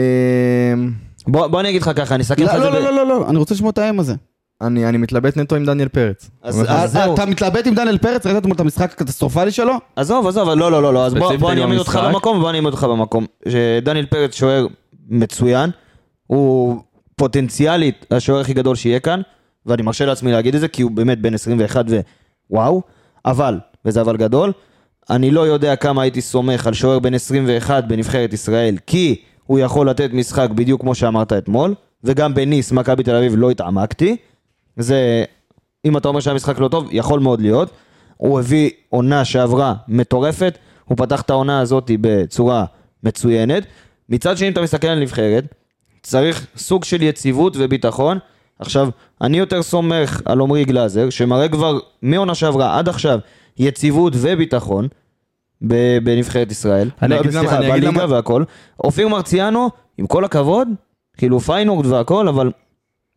Speaker 1: בוא בוא אני אגיד לך ככה, אני אסכם לך
Speaker 3: לא,
Speaker 1: את כן, זה.
Speaker 3: לא,
Speaker 1: ב-
Speaker 3: לא, לא, לא, אני רוצה לשמוע את האם הזה. אה,
Speaker 2: אני אני מתלבט נטו עם דניאל פרץ.
Speaker 1: אז-
Speaker 2: אני אומר לך,
Speaker 1: אז- אה, זהו.
Speaker 3: אתה מתלבט עם דניאל פרץ? ראית אתמול את המשחק הקטסטרופלי שלו?
Speaker 1: עזוב, עזוב, אבל לא, לא, לא, לא, אז בוא,
Speaker 2: ספציפית
Speaker 1: בוא אני
Speaker 2: עם
Speaker 1: אעמיד אותך
Speaker 2: המשחק.
Speaker 1: במקום, בוא אני אעמיד אותך במקום. שדניאל פרץ שוער מצוין, הוא פוטנציאלית השוער הכי גדול שיהיה כאן, ואני מרשה לעצמי להגיד את זה, כי הוא באמת בן 21 ווואו, אבל, וזה אבל גדול, אני לא יודע כמה הייתי סומך על שוער בן 21 בנבחרת ישראל, כי הוא יכול לתת משחק בדיוק כמו שאמרת אתמול, וגם בניס, מכבי תל אביב, לא התעמקתי. זה, אם אתה אומר שהמשחק לא טוב, יכול מאוד להיות. הוא הביא עונה שעברה מטורפת, הוא פתח את העונה הזאת בצורה מצוינת. מצד שני, אם אתה מסתכל על נבחרת, צריך סוג של יציבות וביטחון. עכשיו, אני יותר סומך על עמרי גלאזר, שמראה כבר מעונה שעברה עד עכשיו יציבות וביטחון. ב- בנבחרת ישראל,
Speaker 2: אני
Speaker 1: לא,
Speaker 2: אגיד למה-
Speaker 1: סליחה,
Speaker 2: אני אגיד
Speaker 1: בליגה
Speaker 2: למה-
Speaker 1: והכל. אופיר מרציאנו, עם כל הכבוד, כאילו פיינורד והכל, אבל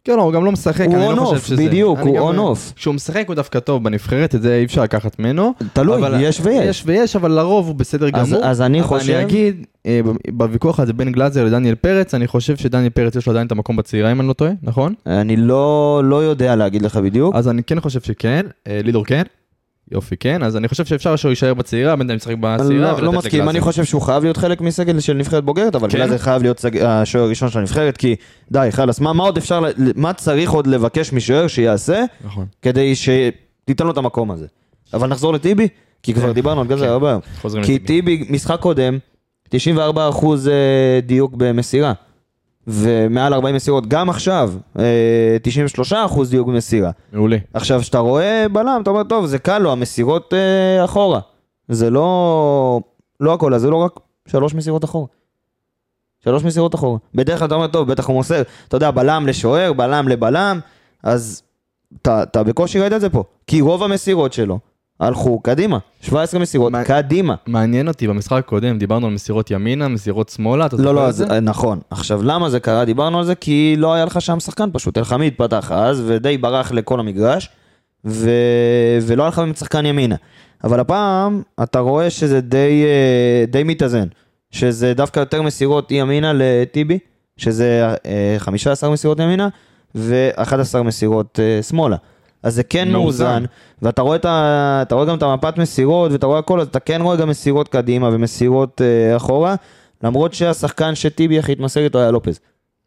Speaker 2: כן, לא, הוא גם לא משחק,
Speaker 1: הוא
Speaker 2: אני לא
Speaker 1: on
Speaker 2: חושב
Speaker 1: off,
Speaker 2: שזה.
Speaker 1: בדיוק,
Speaker 2: אני
Speaker 1: הוא
Speaker 2: גם-
Speaker 1: on off.
Speaker 2: כשהוא משחק הוא דווקא טוב בנבחרת, את זה אי אפשר לקחת ממנו.
Speaker 1: תלוי,
Speaker 2: אבל-
Speaker 1: יש ויש.
Speaker 2: יש ויש, אבל לרוב הוא בסדר
Speaker 1: אז-
Speaker 2: גמור.
Speaker 1: אז אני
Speaker 2: אבל
Speaker 1: חושב-
Speaker 2: אני אגיד, אה, ב- בוויכוח הזה בין גלאזר לדניאל פרץ, אני חושב שדניאל פרץ יש לו עדיין את המקום בצעירה, אם אני לא טועה, נכון?
Speaker 1: אני לא, לא יודע להגיד לך בדיוק.
Speaker 2: אז אני כן חושב שכן, אה, לידור כן. יופי, כן, אז אני חושב שאפשר שהוא יישאר בצעירה, בינתיים משחק בצעירה,
Speaker 1: לא, לא
Speaker 2: ולתת
Speaker 1: מסכים,
Speaker 2: לגלאזר.
Speaker 1: אני חושב שהוא חייב להיות חלק מסגל של נבחרת בוגרת, אבל
Speaker 2: כן?
Speaker 1: גלאזר חייב להיות סג- השוער הראשון של הנבחרת, כי די, חלאס, מה, מה עוד אפשר, ל- מה צריך עוד לבקש משוער שיעשה,
Speaker 2: נכון.
Speaker 1: כדי שתיתן לו את המקום הזה. אבל נחזור לטיבי, כי כבר דיברנו על גלאזר
Speaker 2: כן.
Speaker 1: הרבה היום.
Speaker 2: חוזרים
Speaker 1: כי
Speaker 2: לטיבי.
Speaker 1: טיבי, משחק קודם, 94% אה, דיוק במסירה. ומעל 40 מסירות, גם עכשיו, אה, 93% דיוק במסירה.
Speaker 2: מעולה.
Speaker 1: עכשיו, כשאתה רואה בלם, אתה אומר, טוב, זה קל לו, המסירות אה, אחורה. זה לא... לא הכל, אז זה לא רק שלוש מסירות אחורה. שלוש מסירות אחורה. בדרך כלל אתה אומר, טוב, בטח הוא מוסר, אתה יודע, בלם לשוער, בלם לבלם, אז אתה אתה בקושי ראית את זה פה. כי רוב המסירות שלו הלכו קדימה. 17 מסירות,
Speaker 2: מה-
Speaker 1: קדימה.
Speaker 2: מעניין אותי, במשחק הקודם דיברנו על מסירות ימינה, מסירות שמאלה, אתה
Speaker 1: לא,
Speaker 2: זוכר
Speaker 1: לא,
Speaker 2: את
Speaker 1: אז,
Speaker 2: זה?
Speaker 1: אה, נכון. עכשיו, למה זה קרה? דיברנו על זה כי לא היה לך שם שחקן פשוט. אלחמיד פתח אז, ודי ברח לכל המגרש, ו... ולא היה לך באמת שחקן ימינה. אבל הפעם, אתה רואה שזה די, אה, די מתאזן. שזה דווקא יותר מסירות ימינה לטיבי, שזה אה, 15 מסירות ימינה, ו-11 מסירות אה, שמאלה. אז זה כן
Speaker 2: מאוזן.
Speaker 1: מאוזן, ואתה רואה, את ה... אתה רואה גם את המפת מסירות, ואתה רואה הכל, אז אתה כן רואה גם מסירות קדימה ומסירות אה, אחורה, למרות שהשחקן שטיבי הכי התמסר איתו היה לופז.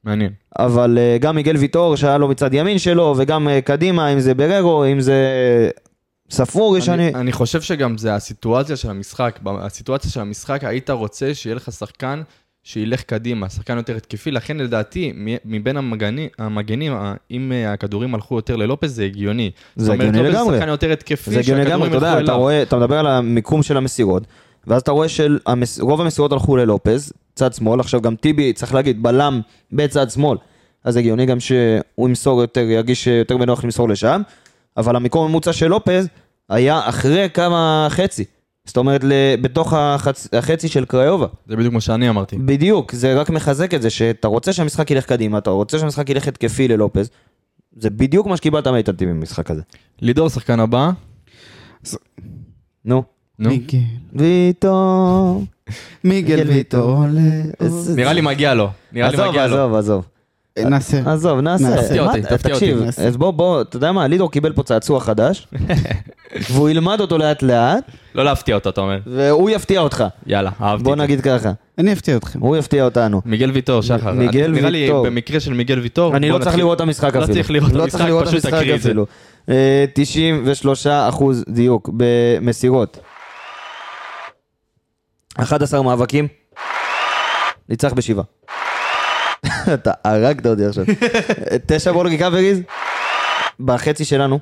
Speaker 2: מעניין.
Speaker 1: אבל אה, גם מיגל ויטור שהיה לו מצד ימין שלו, וגם אה, קדימה, אם זה בררו, אם זה אה, ספורי שאני...
Speaker 2: אני, אני חושב שגם זה הסיטואציה של המשחק. ב- הסיטואציה של המשחק, היית רוצה שיהיה לך שחקן שילך קדימה, שחקן יותר התקפי, לכן לדעתי, מ- מבין המגני, המגנים, ה- אם אה, הכדורים הלכו יותר ללופס, זה הגיוני.
Speaker 1: זה
Speaker 2: זאת אומרת,
Speaker 1: הגיוני
Speaker 2: לופס
Speaker 1: לגמרי.
Speaker 2: שחקן יותר התקפי,
Speaker 1: זה הגיוני לגמרי, אתה
Speaker 2: שהכדורים
Speaker 1: יודע,
Speaker 2: ילכו
Speaker 1: אתה
Speaker 2: אליו.
Speaker 1: רואה, אתה מדבר על המיקום של המסירות, ואז אתה רואה שרוב המסירות הלכו ללופז, צד שמאל, עכשיו גם טיבי, צריך להגיד, בלם בצד שמאל, אז הגיוני גם שהוא ימסור יותר, ירגיש יותר בנוח למסור לשם, אבל המיקום הממוצע של לופז היה אחרי כמה חצי, זאת אומרת, ל- בתוך החצ... החצי של קריובה.
Speaker 2: זה בדיוק מה שאני אמרתי.
Speaker 1: בדיוק, זה רק מחזק את זה, שאתה רוצה שהמשחק ילך קדימה, אתה רוצה שהמשחק ילך התקפי ללופז, זה בדיוק מה שקיבלת מאיתנטי במשחק הזה.
Speaker 2: לידור, שחקן הבא.
Speaker 1: נו.
Speaker 2: נו.
Speaker 3: מיגל,
Speaker 1: ויטור.
Speaker 3: מיגל ויטור אה, עולה.
Speaker 1: איזה-
Speaker 2: נראה לי מגיע לו. נראה לי
Speaker 1: עזוב,
Speaker 2: מגיע לו.
Speaker 1: עזוב, עזוב.
Speaker 3: נאסר.
Speaker 1: עזוב, נעשה.
Speaker 3: תפתיע
Speaker 1: מה
Speaker 2: אותי,
Speaker 1: אתה-
Speaker 2: תפתיע
Speaker 1: תקשיב,
Speaker 3: אותי, נעשה.
Speaker 1: אז בוא, בוא, אתה יודע מה, לידור קיבל פה צעצוע
Speaker 2: [LAUGHS]
Speaker 1: חדש, והוא ילמד אותו לאט לאט,
Speaker 2: לא להפתיע אותו, אתה אומר.
Speaker 1: והוא יפתיע אותך.
Speaker 2: יאללה, אהבתי.
Speaker 1: בוא נגיד ככה,
Speaker 3: אני אפתיע אתכם.
Speaker 1: הוא יפתיע אותנו.
Speaker 2: מיגל ויטור, שחר.
Speaker 1: מיגל
Speaker 2: נראה לי
Speaker 1: ויטור.
Speaker 2: במקרה של מיגל ויטור...
Speaker 1: אני לא
Speaker 2: בוא
Speaker 1: צריך
Speaker 2: נתחיל-
Speaker 1: לראות את המשחק אפילו.
Speaker 2: לא צריך לראות את
Speaker 1: לא צריך
Speaker 2: המשחק,
Speaker 1: לראות את
Speaker 2: פשוט
Speaker 1: המשחק
Speaker 2: תקריא את זה.
Speaker 1: אפילו. אה, 93 אחוז דיוק במסירות. 11 מאבקים. ניצח בשבעה. [LAUGHS] אתה הרגת אותי
Speaker 2: [LAUGHS]
Speaker 1: עכשיו. תשע בולגי קאבריז. בחצי שלנו.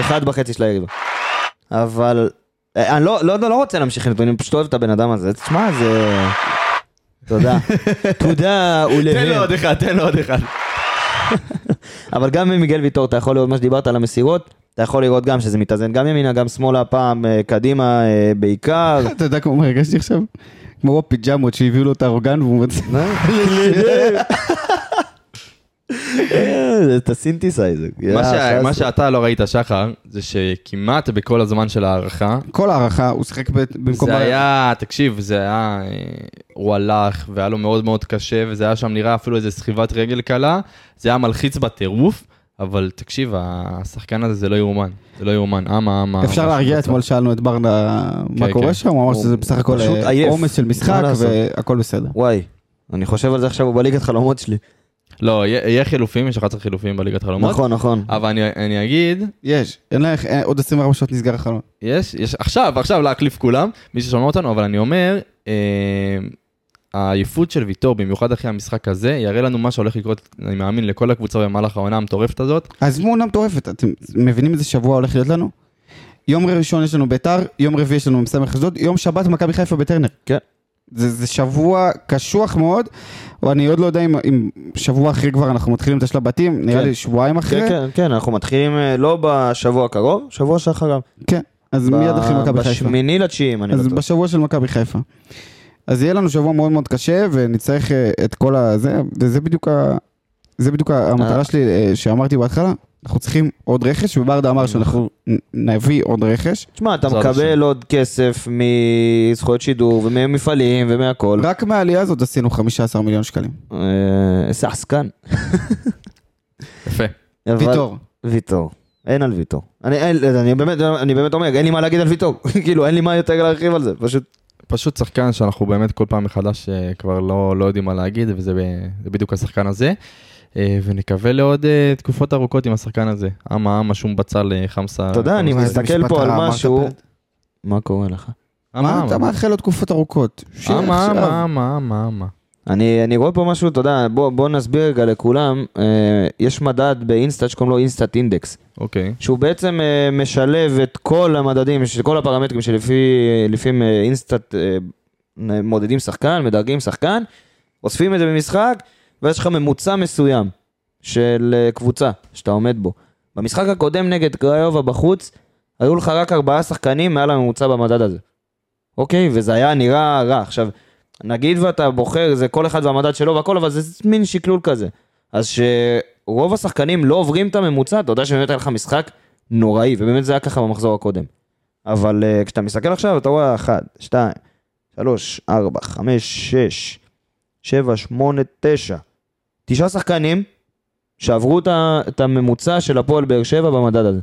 Speaker 1: אחד בחצי של היריבה. אבל... אה, אני לא, לא, לא רוצה להמשיך עם נתונים, אני פשוט אוהב את הבן אדם הזה. תשמע, זה...
Speaker 2: [LAUGHS]
Speaker 1: תודה. תודה, ולהם.
Speaker 2: תן לו עוד אחד, תן לו עוד אחד.
Speaker 1: אבל גם ממיגל ויטור, אתה יכול לראות מה שדיברת על המסירות, אתה יכול לראות גם שזה מתאזן גם ימינה, גם שמאלה, פעם אה, קדימה אה,
Speaker 2: [LAUGHS]
Speaker 1: בעיקר.
Speaker 3: אתה יודע כמו מה הרגשתי עכשיו? כמו בפיג'מות שהביאו לו את האורגן והוא מצ...
Speaker 1: אה, זה את הסינתסייזר.
Speaker 2: מה שה- מה שאתה לא ראית, שחר, זה שכמעט בכל הזמן של ההערכה,
Speaker 3: כל הערכה, הוא שיחק ב- במקום...
Speaker 2: זה
Speaker 3: ה-
Speaker 2: היה, תקשיב, זה היה, אה, הוא הלך, והיה לו מאוד מאוד קשה, וזה היה שם נראה אפילו איזה סחיבת רגל קלה, זה היה מלחיץ בטירוף, אבל תקשיב, השחקן הזה זה לא יאומן, זה לא יאומן, אמה, אמה.
Speaker 3: אפשר
Speaker 2: אמה,
Speaker 3: להרגיע,
Speaker 2: שהוא
Speaker 3: אתמול שאלנו את ברדה מה
Speaker 2: אה, כן, כן.
Speaker 3: קורה שם, הוא אמר
Speaker 1: הוא
Speaker 3: שזה בסך הכל
Speaker 1: פשוט
Speaker 3: אה,
Speaker 1: עייף.
Speaker 3: עומס של
Speaker 1: מה
Speaker 3: משחק
Speaker 1: לעשות?
Speaker 3: והכל בסדר.
Speaker 1: וואי, אני חושב על זה עכשיו, הוא בליגת חלומות שלי.
Speaker 2: רצה. לא, יהיה יהיה חילופים, יש 11 חילופים בליגת חלומות. אה,
Speaker 1: נכון, נכון.
Speaker 2: אבל אני- אני אגיד,
Speaker 3: יש, אין לך, אין- עוד 24 שעות נסגר החלון.
Speaker 2: יש, יש, עכשיו, עכשיו להחליף כולם, מי ששומע אותנו, אבל אני אומר, אה, העייפות של ויטור, במיוחד אחרי המשחק הזה, יראה לנו מה שהולך לקרות, אני מאמין, לכל הקבוצה במהלך העונה המטורפת הזאת.
Speaker 3: אז תמונה מטורפת, אתם מבינים איזה שבוע הולך להיות לנו? יום ראשון יש לנו ביתר, יום רביעי יש לנו מסמך אשדוד, יום שבת מכבי חיפה בטרנר.
Speaker 1: כן.
Speaker 3: זה, זה שבוע קשוח מאוד, אני עוד לא יודע אם, אם שבוע אחרי כבר אנחנו מתחילים את השלב בתים, נראה
Speaker 1: כן.
Speaker 3: לי שבועיים
Speaker 2: אוקיי.
Speaker 3: אחרי.
Speaker 1: כן, כן, כן, אנחנו מתחילים אה, לא בשבוע הקרוב, שבוע שאחריו.
Speaker 3: כן. אז מיד
Speaker 1: ב-
Speaker 3: אחרי מכבי חיפה.
Speaker 1: בשמיני לתשיעי, אם אני לא
Speaker 3: אז
Speaker 1: טועה.
Speaker 3: בשבוע של מכבי חיפה. אז יהיה לנו שבוע מאוד מאוד קשה, ונצטרך אה, את כל הזה, וזה בדיוק, ה... זה בדיוק ה- המטרה
Speaker 1: אה.
Speaker 3: שלי אה, שאמרתי בהתחלה, אנחנו צריכים עוד רכש, וברדה אמר שאנחנו נ- נביא עוד רכש.
Speaker 1: תשמע, אתה
Speaker 2: בעזרת
Speaker 1: מקבל
Speaker 2: השם.
Speaker 1: עוד כסף מזכויות שידור וממפעלים ומהכל.
Speaker 3: רק מהעלייה הזאת עשינו 15 מיליון שקלים.
Speaker 1: אה, איזה עסקן.
Speaker 2: יפה.
Speaker 1: אבל-
Speaker 3: ויטור.
Speaker 1: ויטור. אין על ויטור. אני, אין, אני, באמת, אני באמת אומר, אין לי מה להגיד על ויטור. [LAUGHS] כאילו, אין לי מה יותר להרחיב על זה. פשוט,
Speaker 2: פשוט שחקן שאנחנו באמת כל פעם מחדש אה, כבר לא, לא יודעים מה להגיד, וזה ב- זה בדיוק השחקן הזה. אה, ונקווה לעוד אה, תקופות ארוכות עם השחקן הזה. אמה, אמה, שום בצל, אה, חמסה.
Speaker 1: אתה יודע, אני
Speaker 3: איזה
Speaker 1: מסתכל
Speaker 3: משפט
Speaker 1: פה על
Speaker 3: רע אמרת,
Speaker 1: משהו...
Speaker 3: פלד?
Speaker 1: מה קורה לך?
Speaker 2: אמה,
Speaker 3: מה אתה
Speaker 2: אמה,
Speaker 3: מאחל לו תקופות ארוכות? ש-
Speaker 2: אמה,
Speaker 3: עכשיו.
Speaker 2: אמה, אמה, אמה, אמה.
Speaker 1: אני, אני רואה פה משהו, אתה יודע, בוא, בוא נסביר רגע לכולם. אה, יש מדד באינסטאט שקוראים לו אינסטאט אינדקס,
Speaker 2: אוקיי.
Speaker 1: שהוא בעצם אה, משלב את כל המדדים, של כל הפרמטרים שלפעמים אה, אינסטאט אה, מודדים שחקן, מדרגים שחקן, אוספים את זה במשחק, ויש לך ממוצע מסוים של אה, קבוצה שאתה עומד בו. במשחק הקודם נגד קריובה בחוץ, היו לך רק ארבעה שחקנים מעל הממוצע במדד הזה. אוקיי? וזה היה נראה רע. עכשיו, נגיד ואתה בוחר, זה כל אחד והמדד שלו והכל, אבל זה מין שקלול כזה. אז שרוב השחקנים לא עוברים את הממוצע, אתה יודע שבאמת היה לך משחק נוראי, ובאמת זה היה ככה במחזור הקודם. אבל uh, כשאתה מסתכל עכשיו, אתה רואה 1, 2, 3, 4, 5, 6, 7, 8, 9. תשעה שחקנים שעברו את ה- את הממוצע של הפועל באר שבע במדד הזה.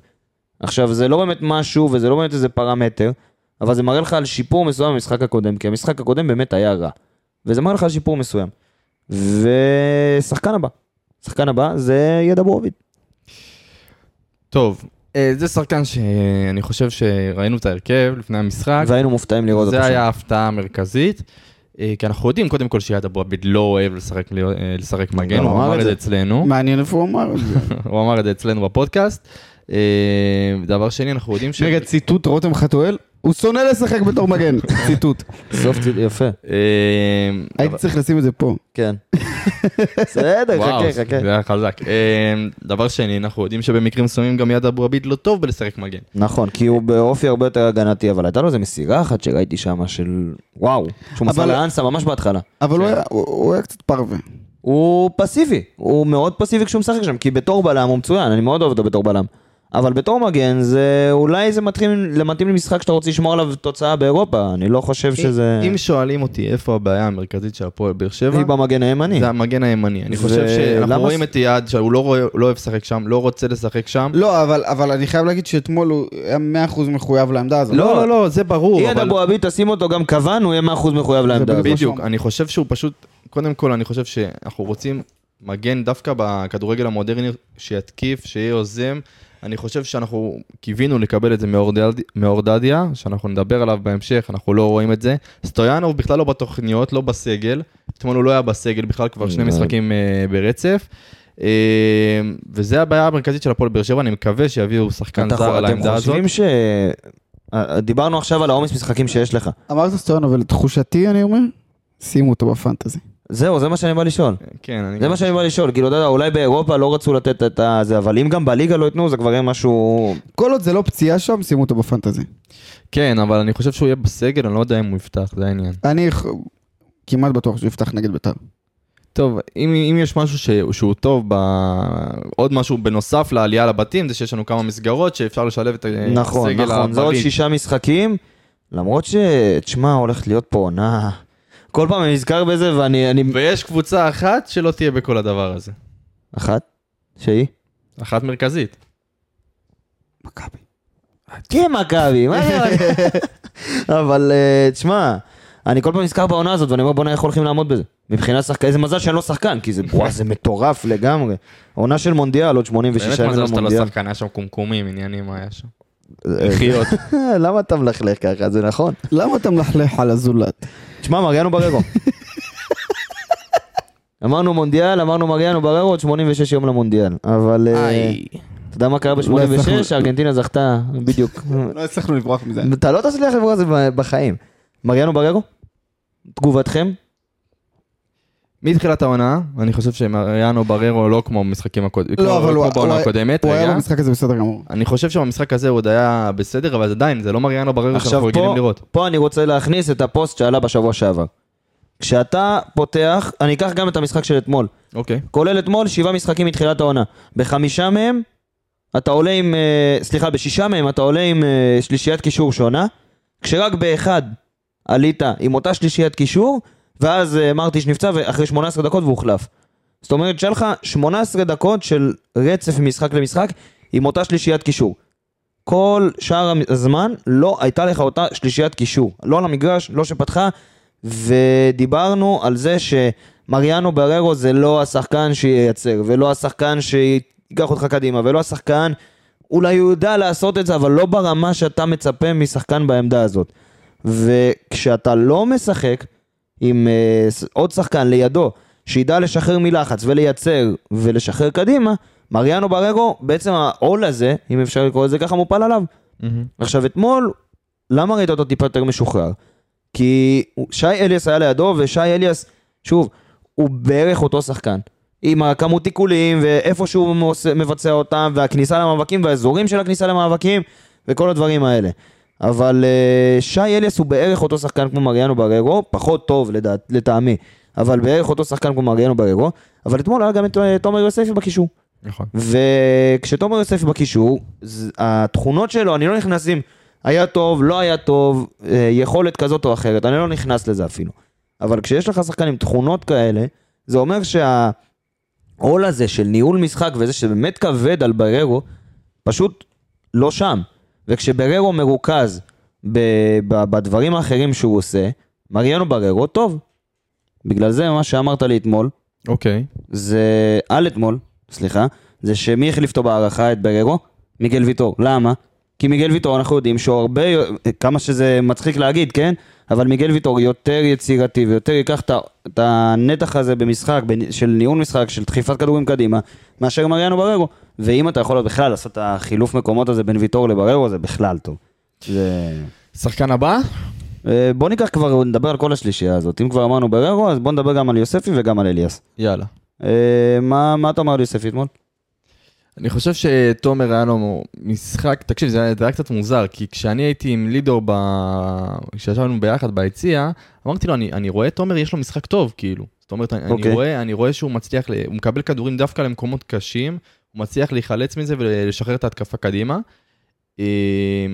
Speaker 1: עכשיו, זה לא באמת משהו וזה לא באמת איזה פרמטר, אבל זה מראה לך על שיפור מסוים במשחק הקודם, כי המשחק הקודם באמת היה רע. וזה מראה לך על שיפור מסוים. ושחקן הבא. שחקן הבא זה ידע בורוביד.
Speaker 2: טוב, אה, זה שחקן שאני חושב שראינו את ההרכב לפני המשחק.
Speaker 1: והיינו מופתעים לראות אותו
Speaker 2: זה
Speaker 1: שם.
Speaker 2: היה ההפתעה המרכזית. אה, כי אנחנו יודעים קודם כל שיד אבו עביד לא אוהב לשחק, לי- אה, לשחק מגן,
Speaker 1: גם
Speaker 2: הוא אמר את זה אצלנו,
Speaker 3: מעניין איפה הוא אמר את זה.
Speaker 1: [LAUGHS]
Speaker 2: הוא אמר את זה אצלנו בפודקאסט. אה, דבר שני, אנחנו יודעים ש...
Speaker 3: רגע, ציטוט רותם חתואל, הוא שונא לשחק בתור מגן, [LAUGHS]
Speaker 1: [LAUGHS]
Speaker 3: ציטוט.
Speaker 1: סוף ציד, יפה.
Speaker 2: אה,
Speaker 3: הייתי צריך לשים את זה פה.
Speaker 2: [LAUGHS]
Speaker 1: כן. בסדר,
Speaker 2: וואו,
Speaker 1: חכה, חכה.
Speaker 2: זה היה חזק. אה, דבר שני, אנחנו יודעים שבמקרים מסוימים גם יד אבו עביד לא טוב בלשחק מגן.
Speaker 1: נכון, כי הוא באופי הרבה יותר הגנתי, אבל הייתה לו איזה מסירה אחת שראיתי שם של... וואו, שהוא מסר
Speaker 3: אבל-
Speaker 1: לאנסה ממש בהתחלה.
Speaker 3: אבל
Speaker 1: כן.
Speaker 3: הוא היה- הוא הוא היה קצת פרווה.
Speaker 1: הוא פסיבי, הוא מאוד פסיבי כשהוא משחק שם, כי בתור בלם הוא מצוין, אני מאוד אוהב אותו בתור בלם. אבל בתור מגן זה אולי זה מתאים, זה מתאים למשחק שאתה רוצה לשמור עליו תוצאה באירופה, אני לא חושב שזה...
Speaker 2: אם שואלים אותי איפה הבעיה המרכזית של הפועל באר שבע,
Speaker 1: היא במגן הימני.
Speaker 2: כן. זה המגן הימני. אני
Speaker 1: זה-
Speaker 2: חושב
Speaker 1: למה
Speaker 2: שאנחנו
Speaker 1: זה-
Speaker 2: רואים את יעד שהוא לא רואה- לא אוהב לשחק שם, לא רוצה לשחק שם.
Speaker 3: לא, אבל- אבל אני חייב להגיד שאתמול הוא היה 100% מחויב לעמדה הזאת.
Speaker 2: לא, לא, לא, זה ברור.
Speaker 1: אייד
Speaker 2: אבל-
Speaker 1: אבו עביד, תשים אותו גם כוון, הוא יהיה 100% מחויב לעמדה הזאת.
Speaker 2: בדיוק,
Speaker 3: משהו.
Speaker 2: אני חושב שהוא פשוט, קודם כל אני חושב שאנחנו רוצים מגן דווקא בכדורגל המודרני שיתקיף, שיהיה יוזם. אני חושב שאנחנו קיווינו לקבל את זה מאורדד- מאורדדיה, שאנחנו נדבר עליו בהמשך, אנחנו לא רואים את זה. סטויאנוב בכלל לא בתוכניות, לא בסגל. אתמול הוא לא היה בסגל בכלל כבר שני
Speaker 1: מאוד.
Speaker 2: משחקים אה, ברצף. אה, וזה הבעיה המרכזית של הפועל באר שבע, אני מקווה שיביאו שחקן
Speaker 1: אתה-
Speaker 2: זר על העמדה
Speaker 1: אתם
Speaker 2: הזאת.
Speaker 1: חושבים ש... אה, דיברנו עכשיו על העומס משחקים שיש לך.
Speaker 3: אמרת סטויאנוב, ולתחושתי אני אומר, שימו אותו בפנטזי.
Speaker 1: זהו, זה מה שאני בא לשאול.
Speaker 2: כן, אני
Speaker 1: זה
Speaker 2: גם-
Speaker 1: מה שאני בא לשאול, כאילו, אתה יודע, אולי באירופה לא רצו לתת את זה, אבל אם גם בליגה לא ייתנו, זה כבר יהיה משהו...
Speaker 3: כל עוד זה לא פציעה שם, שימו אותו בפנטזי.
Speaker 2: כן, אבל אני חושב שהוא יהיה בסגל, אני לא יודע אם הוא יפתח, זה העניין.
Speaker 3: אני ח- כמעט בטוח שהוא יפתח נגד בית"ר.
Speaker 2: טוב, אם, אם יש משהו ש, שהוא טוב, ב... עוד משהו בנוסף לעלייה לבתים, זה שיש לנו כמה מסגרות שאפשר לשלב את הסגל
Speaker 1: נכון, נכון, זה עוד
Speaker 2: הבריא.
Speaker 1: שישה משחקים, למרות ש... תשמע, הולכת להיות פה עונה... כל פעם אני נזכר בזה ואני... אני-
Speaker 2: ויש קבוצה אחת שלא תהיה בכל הדבר הזה.
Speaker 1: אחת? שהיא?
Speaker 2: אחת מרכזית.
Speaker 3: מכבי.
Speaker 1: כן, מכבי, מה זה מכבי? [LAUGHS] אבל אה, תשמע, אני כל פעם נזכר בעונה הזאת, ואני אומר, בוא'נה, איך הולכים לעמוד בזה? מבחינת שחקן, איזה מזל שאני לא שחקן, כי [LAUGHS] זה, וואו, זה מטורף לגמרי. עונה של מונדיאל, עוד 86
Speaker 2: באמת
Speaker 1: ימים
Speaker 2: מזל שאתה לא
Speaker 1: למונדיאל.
Speaker 2: שחקן, היה שם קומקומים, עניינים מה היה שם.
Speaker 1: אה,
Speaker 2: לחיות.
Speaker 1: [LAUGHS] למה אתה מלכלך ככה? זה נכון.
Speaker 3: למה אתה מלכלך על הזולת?
Speaker 1: תשמע, מריאנו בררו. [LAUGHS] אמרנו מונדיאל, אמרנו מריאנו בררו, עוד 86 יום למונדיאל. אבל אה, אתה יודע מה קרה
Speaker 3: הצלחנו.
Speaker 1: ב-86? ארגנטינה זכתה, בדיוק.
Speaker 3: לא הצלחנו לברוח מזה.
Speaker 2: כן.
Speaker 1: אתה לא תצליח לברוא את זה ב- בחיים. מריאנו בררו? תגובתכם?
Speaker 2: מתחילת העונה, אני חושב שמריאנו בררו לא כמו במשחקים הקודמים,
Speaker 3: לא, אבל הוא-
Speaker 2: כמו בעונה
Speaker 3: הוא-
Speaker 2: הקודמת,
Speaker 3: הוא היה
Speaker 2: רגע.
Speaker 3: במשחק הזה בסדר גמור.
Speaker 2: אני חושב שבמשחק הזה הוא עוד היה בסדר, אבל עדיין, זה לא מריאנו בררו
Speaker 1: עכשיו
Speaker 2: שאנחנו רגילים
Speaker 1: פה,
Speaker 2: לראות.
Speaker 1: פה אני רוצה להכניס את הפוסט שעלה בשבוע שעבר. כשאתה פותח, אני אקח גם את המשחק של אתמול.
Speaker 2: אוקיי.
Speaker 1: כולל אתמול שבעה משחקים מתחילת העונה. בחמישה מהם אתה עולה עם, אה, סליחה, בשישה מהם אתה עולה עם אה, שלישיית קישור שונה, כשרק באחד עלית עם אותה שלישיית קישור, ואז אה, מרטיש נפצע ואחרי 18 דקות והוחלף. זאת אומרת, שהיה לך 18 דקות של רצף ממשחק למשחק עם אותה שלישיית קישור. כל שאר הזמן לא הייתה לך אותה שלישיית קישור. לא על המגרש, לא שפתחה, ודיברנו על זה שמריאנו בררו זה לא השחקן שייצר, ולא השחקן שייקח אותך קדימה, ולא השחקן, אולי הוא יודע לעשות את זה, אבל לא ברמה שאתה מצפה משחקן בעמדה הזאת. וכשאתה לא משחק עם אה, ס- עוד שחקן לידו, שידע לשחרר מלחץ ולייצר ולשחרר קדימה, מריאנו בררו, בעצם העול הזה, אם אפשר לקרוא לזה ככה, מופל עליו. עכשיו אתמול, למה ראית אותו טיפה יותר משוחרר? כי הוא- שי אליאס היה לידו, ושי אליאס, שוב, הוא בערך אותו שחקן. עם הכמות עיקולים, ואיפה שהוא מוס- מבצע אותם, והכניסה למאבקים, והאזורים של הכניסה למאבקים, וכל הדברים האלה. אבל אה, שי אליאס הוא בערך אותו שחקן כמו מריאנו בררו, פחות טוב לדעת, לטעמי, אבל בערך אותו שחקן כמו מריאנו בררו, אבל אתמול היה גם את אה, תומר יוספי בקישור.
Speaker 2: נכון.
Speaker 1: וכשתומר יוסף בקישור, ז- התכונות שלו, אני לא נכנס אם היה טוב, לא היה טוב, אה, יכולת כזאת או אחרת, אני לא נכנס לזה אפילו. אבל כשיש לך שחקן עם תכונות כאלה, זה אומר שהעול הזה של ניהול משחק וזה שבאמת כבד על בררו, פשוט לא שם. וכשבררו מרוכז ב- ב- בדברים האחרים שהוא עושה, מריאנו בררו טוב. בגלל זה מה שאמרת לי אתמול,
Speaker 2: אוקיי.
Speaker 1: זה על אתמול, סליחה, זה שמי החליף אותו בהערכה את בררו? מיגל ויטור. למה? כי מיגל ויטור, אנחנו יודעים שהוא הרבה, כמה שזה מצחיק להגיד, כן? אבל מיגל ויטור יותר יצירתי ויותר ייקח את ה- את הנתח הזה במשחק, בנ- של ניהול משחק, של דחיפת כדורים קדימה, מאשר מריאנו בררו. ואם אתה יכול בכלל לעשות את החילוף מקומות הזה בין ויטור לבררו, זה בכלל טוב. זה...
Speaker 2: שחקן הבא?
Speaker 1: אה, בוא ניקח כבר, נדבר על כל השלישייה הזאת. אם כבר אמרנו בררו, אז בוא נדבר גם על יוספי וגם על אליאס.
Speaker 2: יאללה.
Speaker 1: אה, מה, מה אתה אומר על יוספי אתמול?
Speaker 2: אני חושב שתומר היה לו משחק, תקשיב, זה היה, זה היה קצת מוזר, כי כשאני הייתי עם לידור, ב... כשישבנו ביחד ביציע, אמרתי לו, אני, אני רואה תומר, יש לו משחק טוב, כאילו. זאת אומרת, אני,
Speaker 1: אוקיי.
Speaker 2: אני, רואה, אני רואה שהוא מצליח, ל... הוא מקבל כדורים דווקא למקומות קשים, הוא מצליח להיחלץ מזה ולשחרר את ההתקפה קדימה. אמ,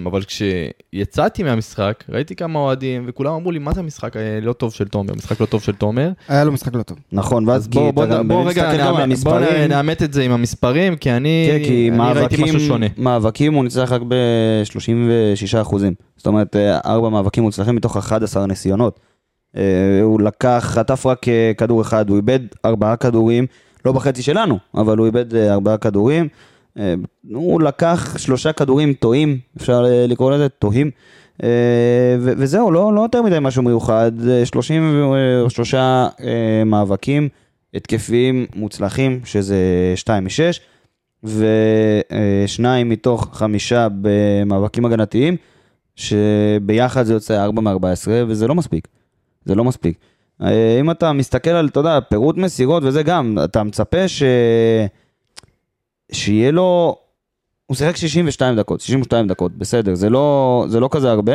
Speaker 2: אבל כשיצאתי מהמשחק, ראיתי כמה אוהדים, וכולם אמרו לי, מה זה המשחק אה, לא טוב של תומר? משחק לא טוב של תומר.
Speaker 3: היה לו משחק לא טוב.
Speaker 1: נכון, ואז
Speaker 2: אז בוא, בוא, בוא, בוא רגע,
Speaker 1: נסתכל גם על
Speaker 2: נאמת- בוא
Speaker 1: המספרים.
Speaker 2: נאמת את זה עם המספרים, כי אני,
Speaker 1: כן, כי
Speaker 2: אני ראיתי
Speaker 1: מאבקים,
Speaker 2: משהו שונה.
Speaker 1: מאבקים הוא ניצח רק ב-36 אחוזים. זאת אומרת, אה, ארבע מאבקים מוצלחים מתוך 11 ניסיונות. אה, הוא לקח, חטף רק אה, כדור אחד, הוא איבד ארבעה כדורים, לא בחצי שלנו, אבל הוא איבד אה, ארבעה כדורים. אה, הוא לקח שלושה כדורים טועים, אפשר אה, לקרוא לזה טועים. אה, ו- וזהו, לא, לא יותר מדי משהו מיוחד. אה, 33 אה, מאבקים התקפיים מוצלחים, שזה 2 מ-6. ושניים אה, מתוך חמישה במאבקים הגנתיים, שביחד זה יוצא 4 מ-14, וזה לא מספיק. זה לא מספיק. אה, אם אתה מסתכל על, אתה יודע, פירוט מסירות וזה גם, אתה מצפה ש... שיהיה לו... הוא שיחק 62 דקות, 62 דקות, בסדר, זה לא, זה לא כזה הרבה,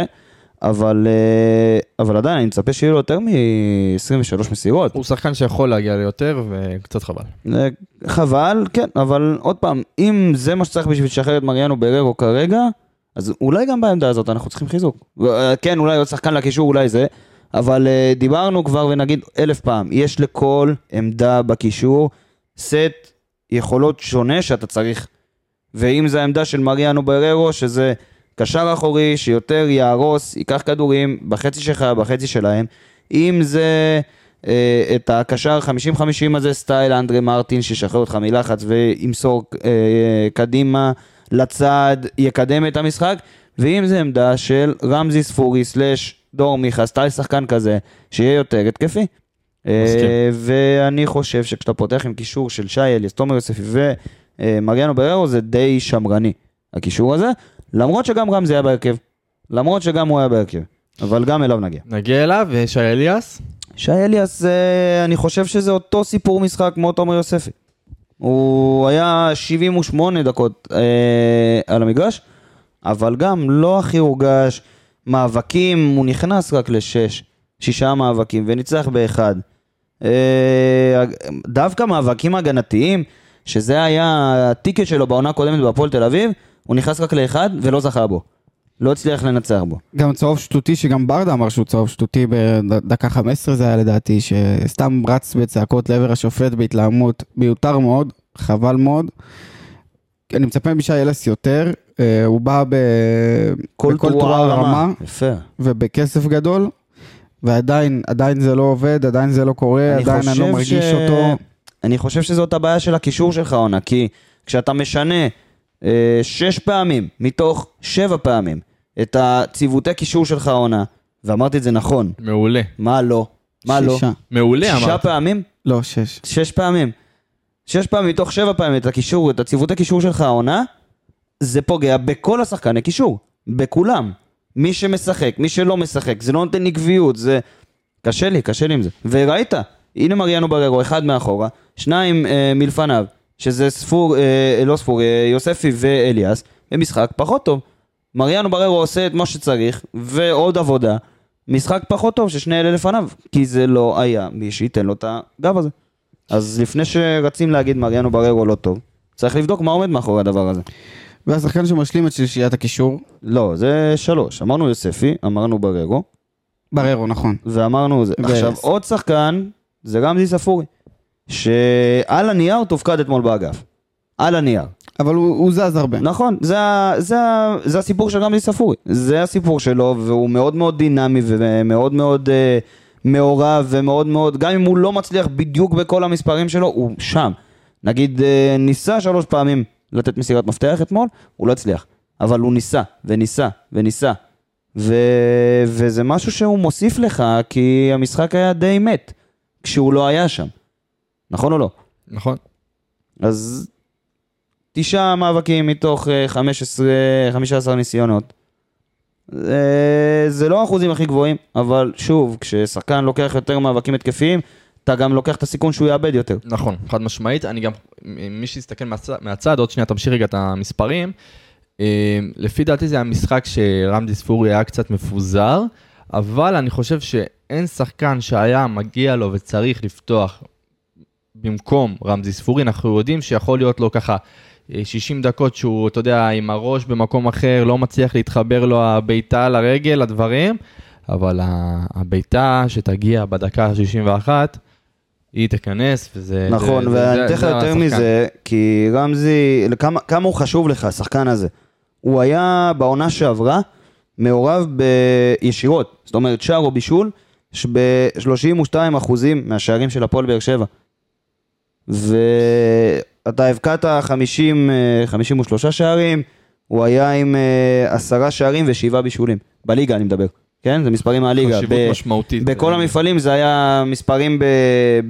Speaker 1: אבל, אה, אבל עדיין אני מצפה שיהיו לו יותר מ-23 מסירות.
Speaker 2: הוא שחקן שיכול להגיע ליותר, וקצת חבל.
Speaker 1: זה אה, חבל, כן, אבל עוד פעם, אם זה מה שצריך בשביל לשחרר את מריאנו בררו כרגע, אז אולי גם בעמדה הזאת אנחנו צריכים חיזוק. אה, כן, אולי עוד שחקן לקישור, אולי זה, אבל אה, דיברנו כבר ונגיד אלף פעם, יש לכל עמדה בקישור סט יכולות שונה שאתה צריך. ואם זה העמדה של מריאנו בררו, שזה קשר אחורי, שיותר יהרוס, ייקח כדורים בחצי שלך, בחצי שלהם. אם זה אה, את הקשר 50-50 הזה, סטייל אנדרי מרטין, שישחרר אותך מלחץ וימסור אה, קדימה לצד, יקדם את המשחק. ואם זה עמדה של רמזי ספורי סלאש דור מיכה, סטייל שחקן כזה, שיהיה יותר התקפי. אה,
Speaker 2: מסכים.
Speaker 1: ואני חושב שכשאתה פותח עם קישור של שי אליאס, תומר יוספי ומריאנו בררו, זה די שמרני, הקישור הזה. למרות שגם רמזי היה בהרכב. למרות שגם הוא היה בהרכב. אבל גם אליו נגיע.
Speaker 2: נגיע אליו, שי אליאס.
Speaker 1: שי אליאס, אה, אני חושב שזה אותו סיפור משחק כמו תומר יוספי. הוא היה 78 דקות אה, על המגרש, אבל גם לא הכי הורגש. מאבקים, הוא נכנס רק לשש, שישה מאבקים, וניצח באחד. אה, דווקא מאבקים הגנתיים, שזה היה הטיקט שלו בעונה הקודמת בהפועל תל אביב, הוא נכנס רק לאחד ולא זכה בו. לא הצליח לנצח בו.
Speaker 3: גם צהוב שטותי, שגם ברדה אמר שהוא צהוב שטותי בדקה 15 זה היה לדעתי, שסתם רץ בצעקות לעבר השופט בהתלהמות, מיותר מאוד, חבל מאוד. אני מצפה משי אלס יותר, אה, הוא בא ב... בכל
Speaker 1: יפה.
Speaker 3: ובכסף גדול, ועדיין, עדיין זה לא עובד, עדיין זה לא קורה, עדיין אני לא
Speaker 1: חושב
Speaker 3: מרגיש אותו.
Speaker 1: אני חושב שזאת הבעיה של הקישור שלך עונה, כי כשאתה משנה אה, שש פעמים מתוך שבע פעמים את הציוותי קישור שלך עונה, ואמרתי את זה נכון,
Speaker 2: מעולה.
Speaker 1: מה לא? מה לא?
Speaker 3: שישה.
Speaker 2: מעולה
Speaker 1: שישה
Speaker 2: אמרת.
Speaker 1: פעמים?
Speaker 3: לא, שש.
Speaker 1: שש פעמים. שש פעמים מתוך שבע פעמים את הקישור, את הציוות הקישור שלך העונה, זה פוגע בכל השחקני קישור. בכולם. מי שמשחק, מי שלא משחק, זה לא נותן עקביות, זה... קשה לי, קשה לי עם זה. וראית, הנה מריאנו בררו, אחד מאחורה, שניים אה, מלפניו, שזה ספור, אה, לא ספור, אה, יוספי ואליאס, במשחק פחות טוב. מריאנו בררו עושה את מה שצריך, ועוד עבודה. משחק פחות טוב ששני אלה לפניו, כי זה לא היה מי שייתן לו את הגב הזה. אז לפני שרצים להגיד מריאנו בררו לא טוב, צריך לבדוק מה עומד מאחורי הדבר הזה.
Speaker 3: והשחקן שמשלים את שלישיית הקישור,
Speaker 1: לא, זה שלוש. אמרנו יוספי, אמרנו בררו,
Speaker 3: בררו, נכון.
Speaker 1: ואמרנו זה.
Speaker 3: ו-
Speaker 1: עכשיו, עוד שחקן, זה רמזי ספורי, שעל הנייר תופקד אתמול באגף. על הנייר.
Speaker 3: אבל הוא, הוא זז הרבה.
Speaker 1: נכון, זה, ה- זה, ה- זה הסיפור של רמזי ספורי. זה הסיפור שלו, והוא מאוד מאוד דינמי ומאוד מאוד אה, מעורב ומאוד מאוד, גם אם הוא לא מצליח בדיוק בכל המספרים שלו, הוא שם. נגיד, אה, ניסה שלוש פעמים לתת מסירת מפתח אתמול, הוא לא הצליח. אבל הוא ניסה, וניסה, וניסה, ו... וזה משהו שהוא מוסיף לך, כי המשחק היה די מת, כשהוא לא היה שם. נכון או לא?
Speaker 2: נכון.
Speaker 1: אז תשעה מאבקים מתוך אה, 15, 15 ניסיונות. זה, זה לא האחוזים הכי גבוהים, אבל שוב, כששחקן לוקח יותר מאבקים התקפיים, אתה גם לוקח את הסיכון שהוא יאבד יותר.
Speaker 2: נכון, חד משמעית. אני גם, מי שיסתכל מהצד, מהצד עוד שנייה תמשיך רגע את המספרים. אה, לפי דעתי זה היה משחק שרמדי ספורי היה קצת מפוזר, אבל אני חושב שאין שחקן שהיה מגיע לו וצריך לפתוח במקום רמזי ספורי, אנחנו יודעים שיכול להיות לו ככה אה, 60 דקות שהוא, אתה יודע, עם הראש במקום אחר, לא מצליח להתחבר לו הבעיטה לרגל, הדברים, אבל ה- הבעיטה שתגיע בדקה ה-61, היא תיכנס, וזה...
Speaker 1: נכון,
Speaker 2: זה- זה-
Speaker 1: ואני
Speaker 2: זה-
Speaker 1: אתן לך
Speaker 2: זה
Speaker 1: יותר
Speaker 2: השחקן.
Speaker 1: מזה, כי רמזי, כמה- כמה הוא חשוב לך, השחקן הזה. הוא היה בעונה שעברה מעורב בישירות, זאת אומרת שער או בישול, ב-32% מהשערים של הפועל באר שבע. ואתה הבקעת 50, אה, 53 שערים, הוא היה עם אה, עשרה שערים ושבעה בישולים. בליגה אני מדבר, כן? זה מספרים מהליגה.
Speaker 2: חשיבות
Speaker 1: ב-
Speaker 2: משמעותית.
Speaker 1: בכל
Speaker 2: אה,
Speaker 1: המפעלים זה היה מספרים ב-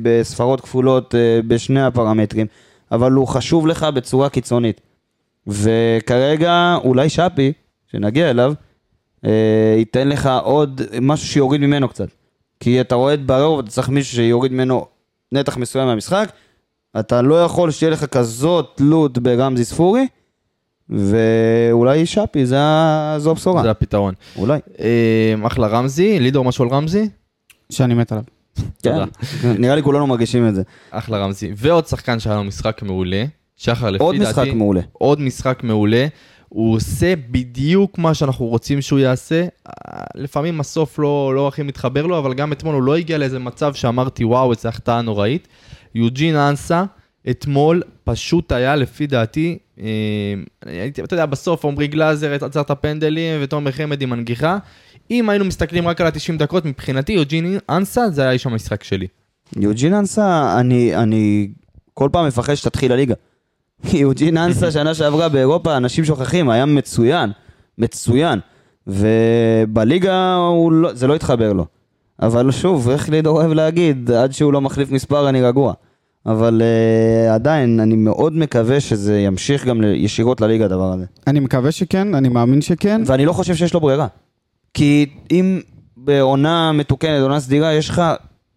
Speaker 1: בספרות כפולות אה, בשני הפרמטרים, אבל הוא חשוב לך בצורה קיצונית. וכרגע אולי שפי, שנגיע אליו, אה, ייתן לך עוד משהו שיוריד ממנו קצת. כי אתה רואה את ברור ואתה צריך מישהו שיוריד ממנו נתח מסוים מהמשחק. אתה לא יכול שיהיה לך כזאת תלות ברמזי ספורי, ואולי שפי, זה, ה- זו הבשורה.
Speaker 2: זה הפתרון.
Speaker 1: אולי.
Speaker 2: אה, אחלה רמזי, לידור משהו על רמזי?
Speaker 3: שאני מת עליו.
Speaker 1: כן.
Speaker 2: תודה.
Speaker 1: נראה לי כולנו מרגישים את זה.
Speaker 2: אחלה רמזי. ועוד שחקן שהיה לו משחק מעולה, שחר לפי
Speaker 1: עוד
Speaker 2: דעתי.
Speaker 1: משחק מעולה.
Speaker 2: עוד משחק מעולה. הוא עושה בדיוק מה שאנחנו רוצים שהוא יעשה. אה, לפעמים הסוף לא, לא הכי מתחבר לו, אבל גם אתמול הוא לא הגיע לאיזה מצב שאמרתי, וואו, איזה החטאה נוראית. יוג'ין אנסה, אתמול פשוט היה, לפי דעתי, אה, הייתי, אתה יודע, בסוף עמרי גלאזר עצר את הפנדלים ותומר חמד עם מנגיחה. אם היינו מסתכלים רק על ה-90 דקות, מבחינתי יוג'ין אנסה זה היה איש המשחק שלי.
Speaker 1: יוג'ין אנסה, אני, אני כל פעם מפחד שתתחיל הליגה. [LAUGHS] כי יוג'ין אנסה שנה שעברה באירופה, אנשים שוכחים, היה מצוין, מצוין. ובליגה הוא לא, זה לא התחבר לו. אבל שוב, איך לידור אוהב להגיד, עד שהוא לא מחליף מספר אני רגוע. אבל uh, עדיין, אני מאוד מקווה שזה ימשיך גם ל- ישירות לליגה הדבר הזה.
Speaker 3: אני מקווה שכן, אני מאמין שכן.
Speaker 1: ואני לא חושב שיש לו ברירה. כי אם בעונה מתוקנת, עונה סדירה, יש לך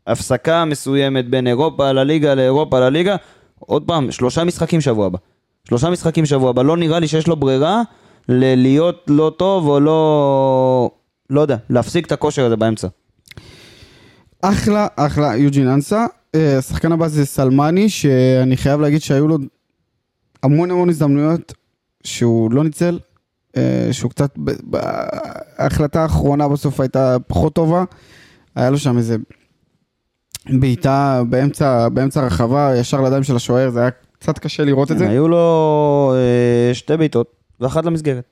Speaker 1: הפסקה מסוימת בין אירופה לליגה לאירופה לליגה, עוד פעם, שלושה משחקים שבוע הבא. שלושה משחקים שבוע הבא, לא נראה לי שיש לו ברירה ל- להיות לא טוב או לא... לא יודע, להפסיק את הכושר הזה באמצע.
Speaker 3: אחלה, אחלה, יוג'ין אנסה. אה, השחקן הבא זה סלמני, שאני חייב להגיד שהיו לו המון המון הזדמנויות שהוא לא ניצל, אה, שהוא קצת, ב- ב- ההחלטה האחרונה בסוף הייתה פחות טובה. היה לו שם איזה בעיטה באמצע, באמצע הרחבה, ישר לידיים של השוער, זה היה קצת קשה לראות את זה.
Speaker 1: כן, היו לו אה, שתי בעיטות ואחת למסגרת.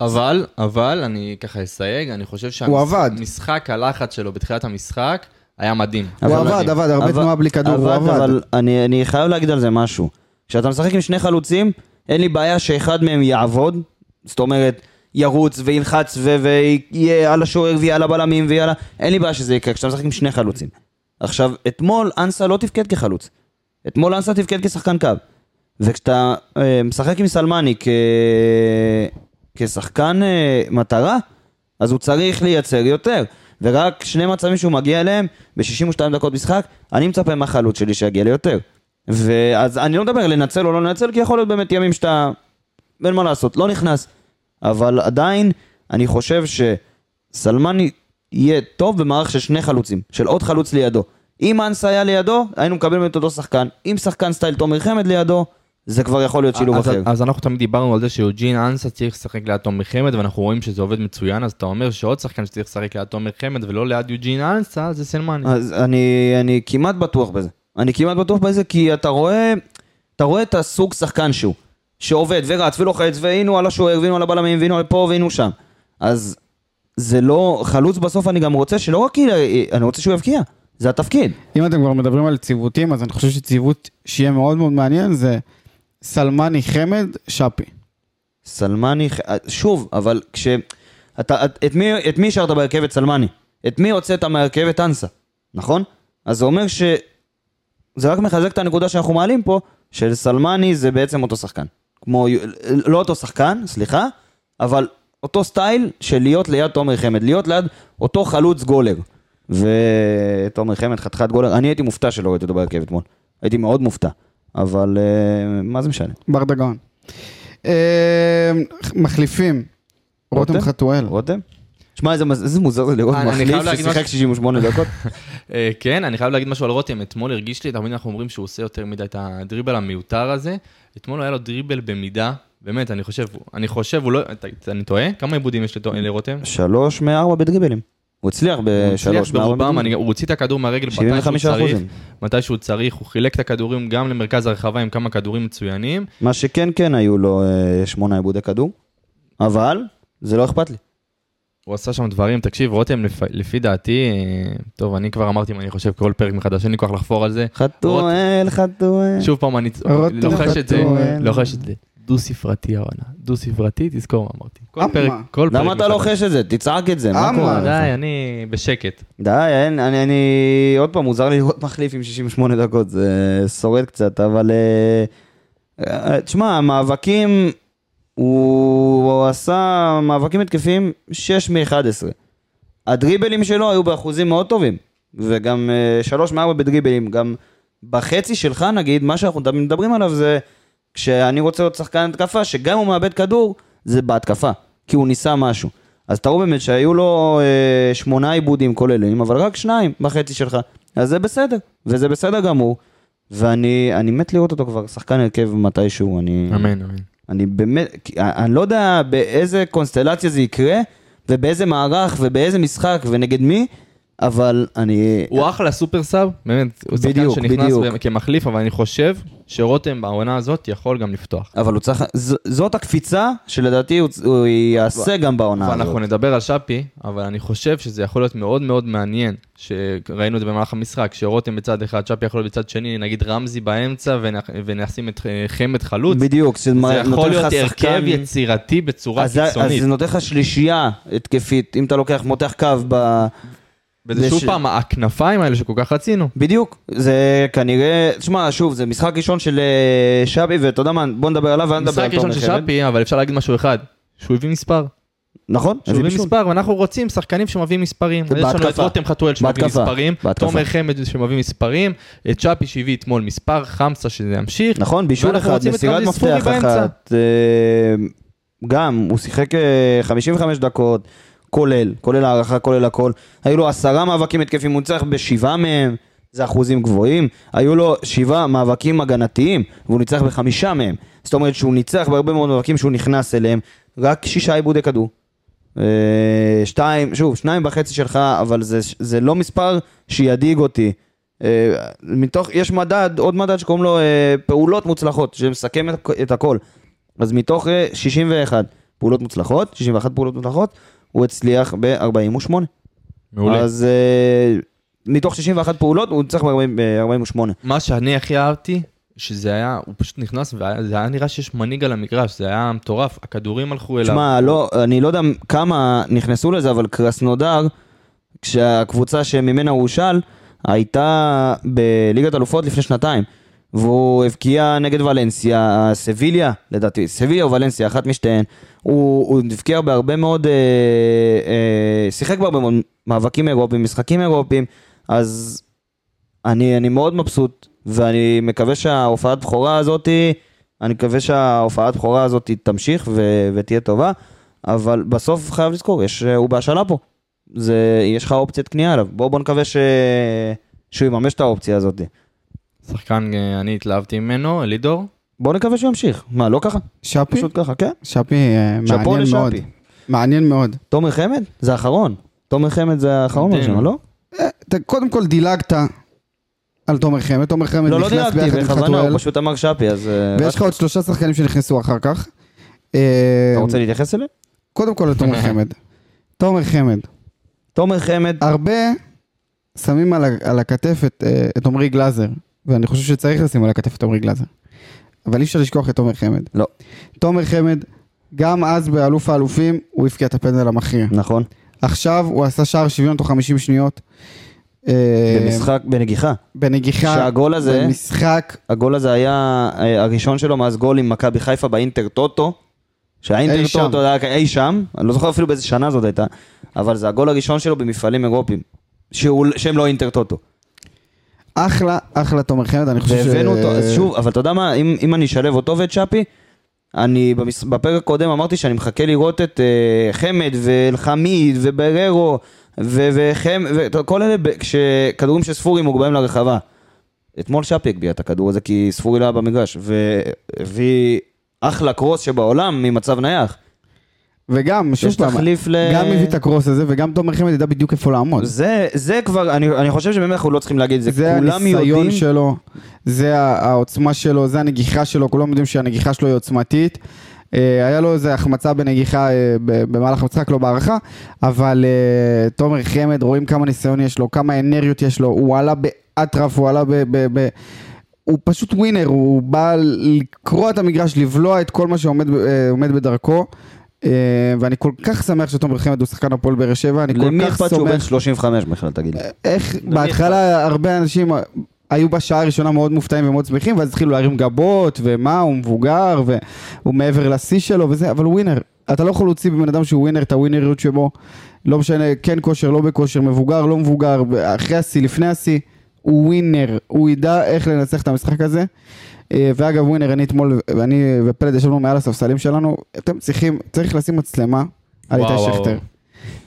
Speaker 2: אבל, אבל, אני ככה אסייג, אני חושב
Speaker 3: הוא עבד.
Speaker 2: שהמשחק הלחץ שלו בתחילת המשחק היה מדהים.
Speaker 3: הוא
Speaker 2: היה
Speaker 3: עבד,
Speaker 2: מדהים.
Speaker 3: עבד, הרבה תנועה בלי כדור, הוא עבד.
Speaker 1: אבל אני, אני חייב להגיד על זה משהו. כשאתה משחק עם שני חלוצים, אין לי בעיה שאחד מהם יעבוד. זאת אומרת, ירוץ וילחץ ו- ויהיה על השוער ויהיה על הבלמים ויהיה על ה... אין לי בעיה שזה יקרה כשאתה משחק עם שני חלוצים. עכשיו, אתמול אנסה לא תפקד כחלוץ. אתמול אנסה תפקד כשחקן קו. וכשאתה אה, משחק עם סלמני כ... כשחקן אה, מטרה, אז הוא צריך לייצר יותר. ורק שני מצבים שהוא מגיע אליהם ב-62 דקות משחק, אני מצפה מהחלוץ שלי שיגיע ליותר. ואז אני לא מדבר לנצל או לא לנצל, כי יכול להיות באמת ימים שאתה... אין מה לעשות, לא נכנס. אבל עדיין, אני חושב שסלמני יהיה טוב במערך של שני חלוצים, של עוד חלוץ לידו. אם אנס היה לידו, היינו מקבלים את אותו שחקן. אם שחקן סטייל תומר חמד לידו, זה כבר יכול להיות שילוב
Speaker 2: אז,
Speaker 1: אחר.
Speaker 2: אז אנחנו תמיד דיברנו על זה שיוג'ין אנסה צריך לשחק ליד תומר חמד, ואנחנו רואים שזה עובד מצוין, אז אתה אומר שעוד שחקן שצריך לשחק ליד תומר חמד ולא ליד יוג'ין אנסה, זה סלמני.
Speaker 1: אז אני, אני כמעט בטוח בזה. אני כמעט בטוח בזה כי אתה רואה, אתה רואה את הסוג שחקן שהוא, שעובד ורץ ולוחץ, והנה הוא על השוער, והנה הוא על הבלמים, והנה הוא פה, והנה הוא שם. אז זה לא, חלוץ בסוף אני גם רוצה שלא רק, י- אני רוצה שהוא יבקיע, זה התפקיד.
Speaker 3: אם אתם כבר מדברים על ציוותים, אז אני חושב שציוות שיהיה מאוד מאוד מעניין זה סלמני חמד שפי.
Speaker 1: סלמני, ח- שוב, אה, אבל כש... אתה, את, את, מי, את מי השארת בהרכבת סלמני? את מי הוצאת מהרכבת אנסה? נכון? אז זה אומר ש... זה רק מחזק את הנקודה שאנחנו מעלים פה, של סלמני זה בעצם אותו שחקן. כמו, לא אותו שחקן, סליחה, אבל אותו סטייל של להיות ליד תומר חמד, להיות ליד אותו חלוץ גולר. ותומר חמד חתיכת גולר, אני הייתי מופתע שלא ראיתי אותו בהרכב אתמול. הייתי מאוד מופתע, אבל אה, מה זה משנה?
Speaker 3: ברדה גאון. אה, מחליפים, רותם חתואל.
Speaker 1: רותם? שמע, איזה מז- איזה מוזר זה לראות
Speaker 2: אה, אני- אני חייב
Speaker 1: מחליף
Speaker 2: להגיד
Speaker 1: ששיחק
Speaker 2: משהו.
Speaker 1: 68
Speaker 2: [LAUGHS]
Speaker 1: דקות.
Speaker 2: אה, כן, אני חייב להגיד משהו על רותם. אתמול הרגיש לי, תמיד אנחנו אומרים שהוא עושה יותר מדי את הדריבל המיותר הזה. אתמול היה לו דריבל במידה, באמת, אני חושב, אני חושב, הוא לא... ת- אני טועה? כמה עיבודים יש לטו- לרותם?
Speaker 1: שלוש מארבע בדריבלים. הוא הצליח בשלוש
Speaker 2: הצליח
Speaker 1: מארבע
Speaker 2: ברובם, אני-
Speaker 1: בדריבלים.
Speaker 2: הוא הוציא את הכדור מהרגל מתי שהוא
Speaker 1: 75
Speaker 2: צריך,
Speaker 1: אחוזים.
Speaker 2: מתי שהוא צריך, הוא חילק את הכדורים גם למרכז הרחבה עם כמה כדורים מצוינים.
Speaker 1: מה שכן, כן היו לו אה, שמונה עיבודי כדור, אבל זה לא אכפת לי.
Speaker 2: הוא עשה שם דברים, תקשיב, רותם, לפ- לפי דעתי, אה, טוב, אני כבר אמרתי מה אני חושב כל פרק מחדש, אין לי כוח לחפור על זה.
Speaker 1: חתואל, חתואל.
Speaker 2: שוב פעם, אני
Speaker 3: רותם
Speaker 2: לוחש את זה,
Speaker 3: חתואל.
Speaker 2: לוחש את זה. דו-ספרתי העונה, דו-ספרתי, תזכור מה אמרתי. כל
Speaker 3: אמה.
Speaker 2: פרק, כל פרק.
Speaker 1: למה אתה
Speaker 2: מחדש.
Speaker 1: לוחש את זה? תצעק את זה, מה
Speaker 3: אמה.
Speaker 1: קורה? לך?
Speaker 2: די, אני בשקט.
Speaker 1: די, אין, אני, אני, עוד פעם, מוזר לי לראות מחליף עם 68 דקות, זה שורד קצת, אבל... אה, אה, תשמע, המאבקים, הוא, הוא עשה מאבקים התקפיים 6 מ-11. הדריבלים שלו היו באחוזים מאוד טובים, וגם 3 מ-4 בדריבלים, גם בחצי שלך נגיד, מה שאנחנו מדברים עליו זה, כשאני רוצה להיות שחקן התקפה, שגם הוא מאבד כדור, זה בהתקפה, כי הוא ניסה משהו. אז אתה רואה באמת שהיו לו אה, שמונה עיבודים כוללים, אבל רק שניים בחצי שלך. אז זה בסדר, וזה בסדר גמור. ואני אני מת לראות אותו כבר, שחקן הרכב מתישהו, אני...
Speaker 2: אמן, אמן.
Speaker 1: אני באמת, כי- אני לא יודע באיזה קונסטלציה זה יקרה, ובאיזה מערך, ובאיזה משחק, ונגד מי, אבל אני...
Speaker 2: הוא אחלה סופר סאב, באמת, הוא שחקן
Speaker 1: בדיוק,
Speaker 2: שנכנס
Speaker 1: בדיוק.
Speaker 2: ב- כמחליף, אבל אני חושב שרותם בעונה הזאת יכול גם לפתוח.
Speaker 1: אבל הוא צריך... ז- זאת הקפיצה שלדעתי הוא צ- הוא יעשה גם בעונה הזאת.
Speaker 2: ואנחנו נדבר על שפי, אבל אני חושב שזה יכול להיות מאוד מאוד מעניין, שראינו את זה במהלך המשחק, שרותם בצד אחד, שפי יכול להיות בצד שני, נגיד רמזי באמצע, ונח- ונשים את אה, חמד חלוץ.
Speaker 1: בדיוק, זה
Speaker 2: זה יכול
Speaker 1: נותן
Speaker 2: להיות
Speaker 1: לך
Speaker 2: הרכב
Speaker 1: שחקן...
Speaker 2: יצירתי בצורה
Speaker 1: אז זה- אז
Speaker 2: קיצונית.
Speaker 1: זה נותן לך שלישייה התקפית, אם אתה לוקח, מותח קו ב...
Speaker 2: וזה
Speaker 1: זה
Speaker 2: שוב
Speaker 1: ש-
Speaker 2: פעם, הכנפיים האלה שכל כך רצינו.
Speaker 1: בדיוק, זה כנראה, תשמע, שוב, זה משחק ראשון של אה, שבי, ואתה יודע מה, בוא נדבר עליו, ואני נדבר
Speaker 2: משחק
Speaker 1: על תומר
Speaker 2: ראשון של
Speaker 1: חמד.
Speaker 2: שפי, אבל אפשר להגיד משהו אחד, שהוא הביא מספר.
Speaker 1: נכון,
Speaker 2: שהוא
Speaker 1: הביא
Speaker 2: הביא
Speaker 1: בישול.
Speaker 2: מספר, ואנחנו רוצים שחקנים שמביאים מספרים. יש לנו את
Speaker 1: בהתקפה.
Speaker 2: רותם חתואל שמביא
Speaker 1: בהתקפה.
Speaker 2: מספרים,
Speaker 1: בהתקפה.
Speaker 2: תומר חמד שמביא מספרים, את צ'אפי שהביא אתמול מספר, חמסה שזה ימשיך.
Speaker 1: נכון, בישול
Speaker 2: ואנחנו
Speaker 1: אחד,
Speaker 2: רוצים את
Speaker 1: מסירת
Speaker 2: רמזי ספורי
Speaker 1: מפתח
Speaker 2: באמצע.
Speaker 1: אחת. אה, גם, הוא שיחק אה, 55 דקות, כולל, כולל הערכה, כולל הכל. היו לו עשרה מאבקים התקפים, הוא ניצח בשבעה מהם, זה אחוזים גבוהים. היו לו שבעה מאבקים הגנתיים, והוא ניצח בחמישה מהם. זאת אומרת שהוא ניצח בהרבה מאוד מאבקים שהוא נכנס אליהם, רק שישה עיבודי כדור. אה, שתיים, שוב, שניים וחצי שלך, אבל זה, זה לא מספר שידאיג אותי. אה, מתוך, יש מדד, עוד מדד שקוראים לו אה, פעולות מוצלחות, שמסכם את, את הכל. אז מתוך אה, 61 פעולות מוצלחות, 61 פעולות מוצלחות, הוא הצליח ב-48.
Speaker 2: מעולה.
Speaker 1: אז אה, מתוך 61 פעולות, הוא אה, ניצח ב-48.
Speaker 2: מה שאני הכי אהבתי, שזה היה, הוא פשוט נכנס, וזה היה נראה שיש מנהיג על המגרש, זה היה מטורף, הכדורים הלכו אליו.
Speaker 1: תשמע, לא, אני לא יודע כמה נכנסו לזה, אבל קרסנודר, כשהקבוצה שממנה הוא הושאל, הייתה בליגת אלופות לפני שנתיים. והוא הבקיע נגד ולנסיה, סביליה, לדעתי, סביליה או ולנסיה, אחת משתיהן. הוא, הוא הבקיע בהרבה מאוד, אה, אה, שיחק בהרבה מאוד מאבקים אירופיים, משחקים אירופיים, אז אני, אני מאוד מבסוט, ואני מקווה שההופעת בכורה הזאת, אני מקווה שההופעת בכורה הזאת תמשיך ו, ותהיה טובה, אבל בסוף חייב לזכור, יש, הוא בהשאלה פה. זה, יש לך אופציית קנייה עליו. בוא, בוא נקווה ש... שהוא יממש את האופציה הזאת.
Speaker 2: שחקן, אה, אני התלהבתי ממנו, אלידור.
Speaker 1: בוא נקווה שהוא ימשיך. מה, לא ככה?
Speaker 3: שפי?
Speaker 1: פשוט ככה, כן?
Speaker 3: שפי אה,
Speaker 1: שאפו
Speaker 3: מעניין מאוד.
Speaker 1: לשאפי.
Speaker 3: מעניין מאוד.
Speaker 1: תומר חמד? זה האחרון. תומר חמד זה האחרון
Speaker 2: מדהים.
Speaker 1: ברשימה, לא?
Speaker 3: אה, ת- קודם כל דילגת על תומר חמד, תומר חמד
Speaker 1: לא, לא
Speaker 3: נכנס
Speaker 1: דילגתי,
Speaker 3: ביחד עם
Speaker 1: בכוונה,
Speaker 3: חתואל,
Speaker 1: הוא פשוט אמר שאפי, אז... אה,
Speaker 3: ויש לך עוד שלושה שחקנים שנכנסו אחר כך. אה,
Speaker 1: אתה רוצה להתייחס אליהם?
Speaker 3: קודם כל
Speaker 1: [LAUGHS]
Speaker 3: לתומר חמד. תומר חמד,
Speaker 1: תומר חמד,
Speaker 3: הרבה שמים על, ה- על הכתף את, אה, את עמרי גלאזר, ואני חושב שצריך לשים על הכתף את עמרי גלאזר. אבל אי אפשר לשכוח את תומר חמד.
Speaker 1: לא.
Speaker 3: תומר חמד גם אז באלוף האלופים הוא הבקיע את הפנדל המכריע.
Speaker 1: נכון.
Speaker 3: עכשיו הוא עשה שער שוויון תוך 50 שניות. אה,
Speaker 1: במשחק, בנגיחה.
Speaker 3: בנגיחה.
Speaker 1: שהגול הזה-
Speaker 3: במשחק.
Speaker 1: הגול הזה היה אה, הראשון שלו מאז גול עם מכבי חיפה באינטר טוטו. שהאינטר
Speaker 3: אי שם.
Speaker 1: טוטו היה אי שם, אני לא זוכר אפילו באיזה שנה זאת הייתה, אבל זה הגול הראשון שלו במפעלים אירופיים. שהוא- שהם לא אינטר טוטו.
Speaker 3: אחלה, אחלה תומר חמד, אני חושב
Speaker 1: והבאנו אותו, אז שוב, אבל אתה יודע מה, אם, אם אני אשלב אותו ואת שפי, אני במס... בפרק הקודם אמרתי שאני מחכה לראות את uh, חמד ואלחמיד ובררו ו- וחמ... וכל אלה ב- כשכדורים של ספורי מוגבהים לרחבה. אתמול שפי הגביה את הכדור הזה כי ספורי לא היה במגרש, והביא אחלה קרוס שבעולם ממצב נייח.
Speaker 3: וגם, שוב
Speaker 1: יש
Speaker 3: פעם,
Speaker 1: תחליף ל-
Speaker 3: גם הביא את הקרוס הזה, וגם תומר חמד ידע בדיוק איפה לעמוד.
Speaker 1: זה, זה כבר, אני, אני חושב שבאמת אנחנו לא צריכים להגיד את זה,
Speaker 3: אוקיי. זה
Speaker 1: כולם
Speaker 3: הניסיון
Speaker 1: יודעים,
Speaker 3: שלו, זה ה- העוצמה שלו, זה הנגיחה שלו, כולם יודעים שהנגיחה שלו היא עוצמתית. אה, היה לו איזה החמצה בנגיחה אה, ב- במהלך המשחק, לא בהערכה, אבל אה, תומר חמד, רואים כמה ניסיון יש לו, כמה אנרגיות יש לו, הוא עלה באטרף, הוא עלה ב... ב, ב הוא פשוט ווינר, הוא בא לקרוע את המגרש, לבלוע את כל מה שעומד ב- אה, עומד בדרכו. אה, ואני כל כך שמח שתומר חמד הוא שחקן הפועל באר שבע, אני כל
Speaker 1: למי
Speaker 3: כך
Speaker 1: אכפת שהוא בן
Speaker 3: סומך אה,
Speaker 1: 35 בכלל תגיד לי.
Speaker 3: איך בהתחלה הרבה אנשים היו בשעה הראשונה מאוד מופתעים ומאוד שמחים, ואז התחילו להרים גבות, ומה, הוא מבוגר, והוא מעבר לשיא שלו וזה, אבל הוא ווינר. אתה לא יכול להוציא מבן אדם שהוא ווינר את הווינריות שבו, לא משנה, כן כושר, לא בכושר, מבוגר, לא מבוגר, אחרי השיא, לפני השיא, הוא ווינר, הוא ידע איך לנצח את המשחק הזה. אה, ואגב, ווינר, אני אתמול, אני ופלד ישבנו מעל הספסלים שלנו, אתם צריכים, צריך לשים מצלמה על איתי
Speaker 2: וואו, וואו.
Speaker 3: שכטר.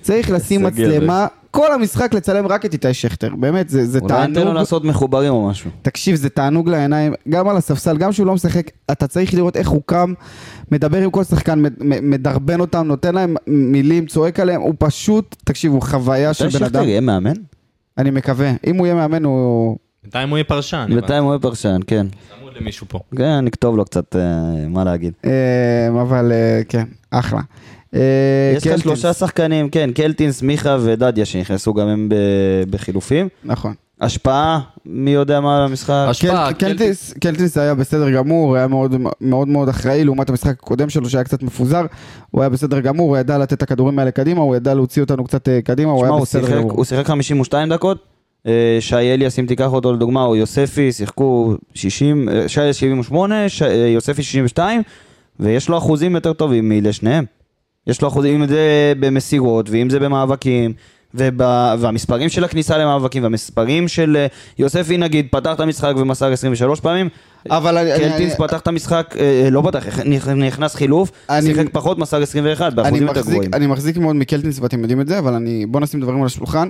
Speaker 3: צריך לשים
Speaker 1: איזה גבר.
Speaker 3: מצלמה, כל המשחק לצלם רק את איתי שכטר, באמת, זה, זה
Speaker 1: אולי ניתן לו
Speaker 3: תענוג,
Speaker 1: לעשות מחוברים או משהו.
Speaker 3: תקשיב, זה תענוג לעיניים, גם על הספסל, גם שהוא לא משחק, אתה צריך לראות איך הוא קם, מדבר עם כל שחקן, מד- מ- מדרבן אותם, נותן להם מילים, צועק עליהם, הוא פשוט, תקשיב, הוא חוויה של
Speaker 1: איתי
Speaker 3: בן
Speaker 1: שכטר
Speaker 3: אדם,
Speaker 1: יהיה מאמן?
Speaker 3: אני מקווה, אם הוא יהיה מאמן, הוא...
Speaker 2: בינתיים הוא יהיה פרשן.
Speaker 1: בינתיים הוא יהיה פרשן, כן.
Speaker 2: צמוד למישהו פה.
Speaker 1: כן, נכתוב לו קצת אה, מה להגיד.
Speaker 3: אה, אבל אה, כן, אחלה. אה,
Speaker 1: יש לך
Speaker 3: קלטינס,
Speaker 1: שלושה שחקנים, כן, קלטינס, מיכה ודדיה שנכנסו גם הם ב- בחילופים.
Speaker 3: נכון.
Speaker 1: השפעה, מי יודע מה על המשחק?
Speaker 2: הש- השפעה,
Speaker 3: קל- קלטיס, קלטיס היה בסדר גמור, היה מאוד מאוד, מאוד אחראי לעומת המשחק הקודם שלו שהיה קצת מפוזר, הוא היה בסדר גמור, הוא ידע לתת את הכדורים האלה קדימה, הוא ידע להוציא אותנו קצת אה, קדימה, הוא
Speaker 1: שמע,
Speaker 3: היה
Speaker 1: הוא
Speaker 3: בסדר
Speaker 1: שיחק-
Speaker 3: גמור.
Speaker 1: הוא שיחק 52 דקות. אה, שי אליאס, אם תיקח אותו לדוגמה, או יוספי, שיחקו 60, אה, שי אליאס 78, ש- אה, יוספי 62, ויש לו אחוזים יותר טובים מלשניהם. יש לו אחוזים, אם זה במסירות, ואם זה במאבקים, ובה, והמספרים של הכניסה למאבקים, והמספרים של אה, יוספי, נגיד, פתח את המשחק ומסר 23 פעמים,
Speaker 3: אבל אני- אני-
Speaker 1: קלטינס
Speaker 3: אני-
Speaker 1: פתח את המשחק, אה, לא פתח, נכ- נכנס חילוף,
Speaker 3: אני-
Speaker 1: שיחק פחות, מסר 21,
Speaker 3: אני
Speaker 1: באחוזים יותר
Speaker 3: מחזיק-
Speaker 1: גבוהים.
Speaker 3: אני מחזיק מאוד מקלטינס ואתם יודעים את זה, אבל אני, בוא נשים דברים על השולחן.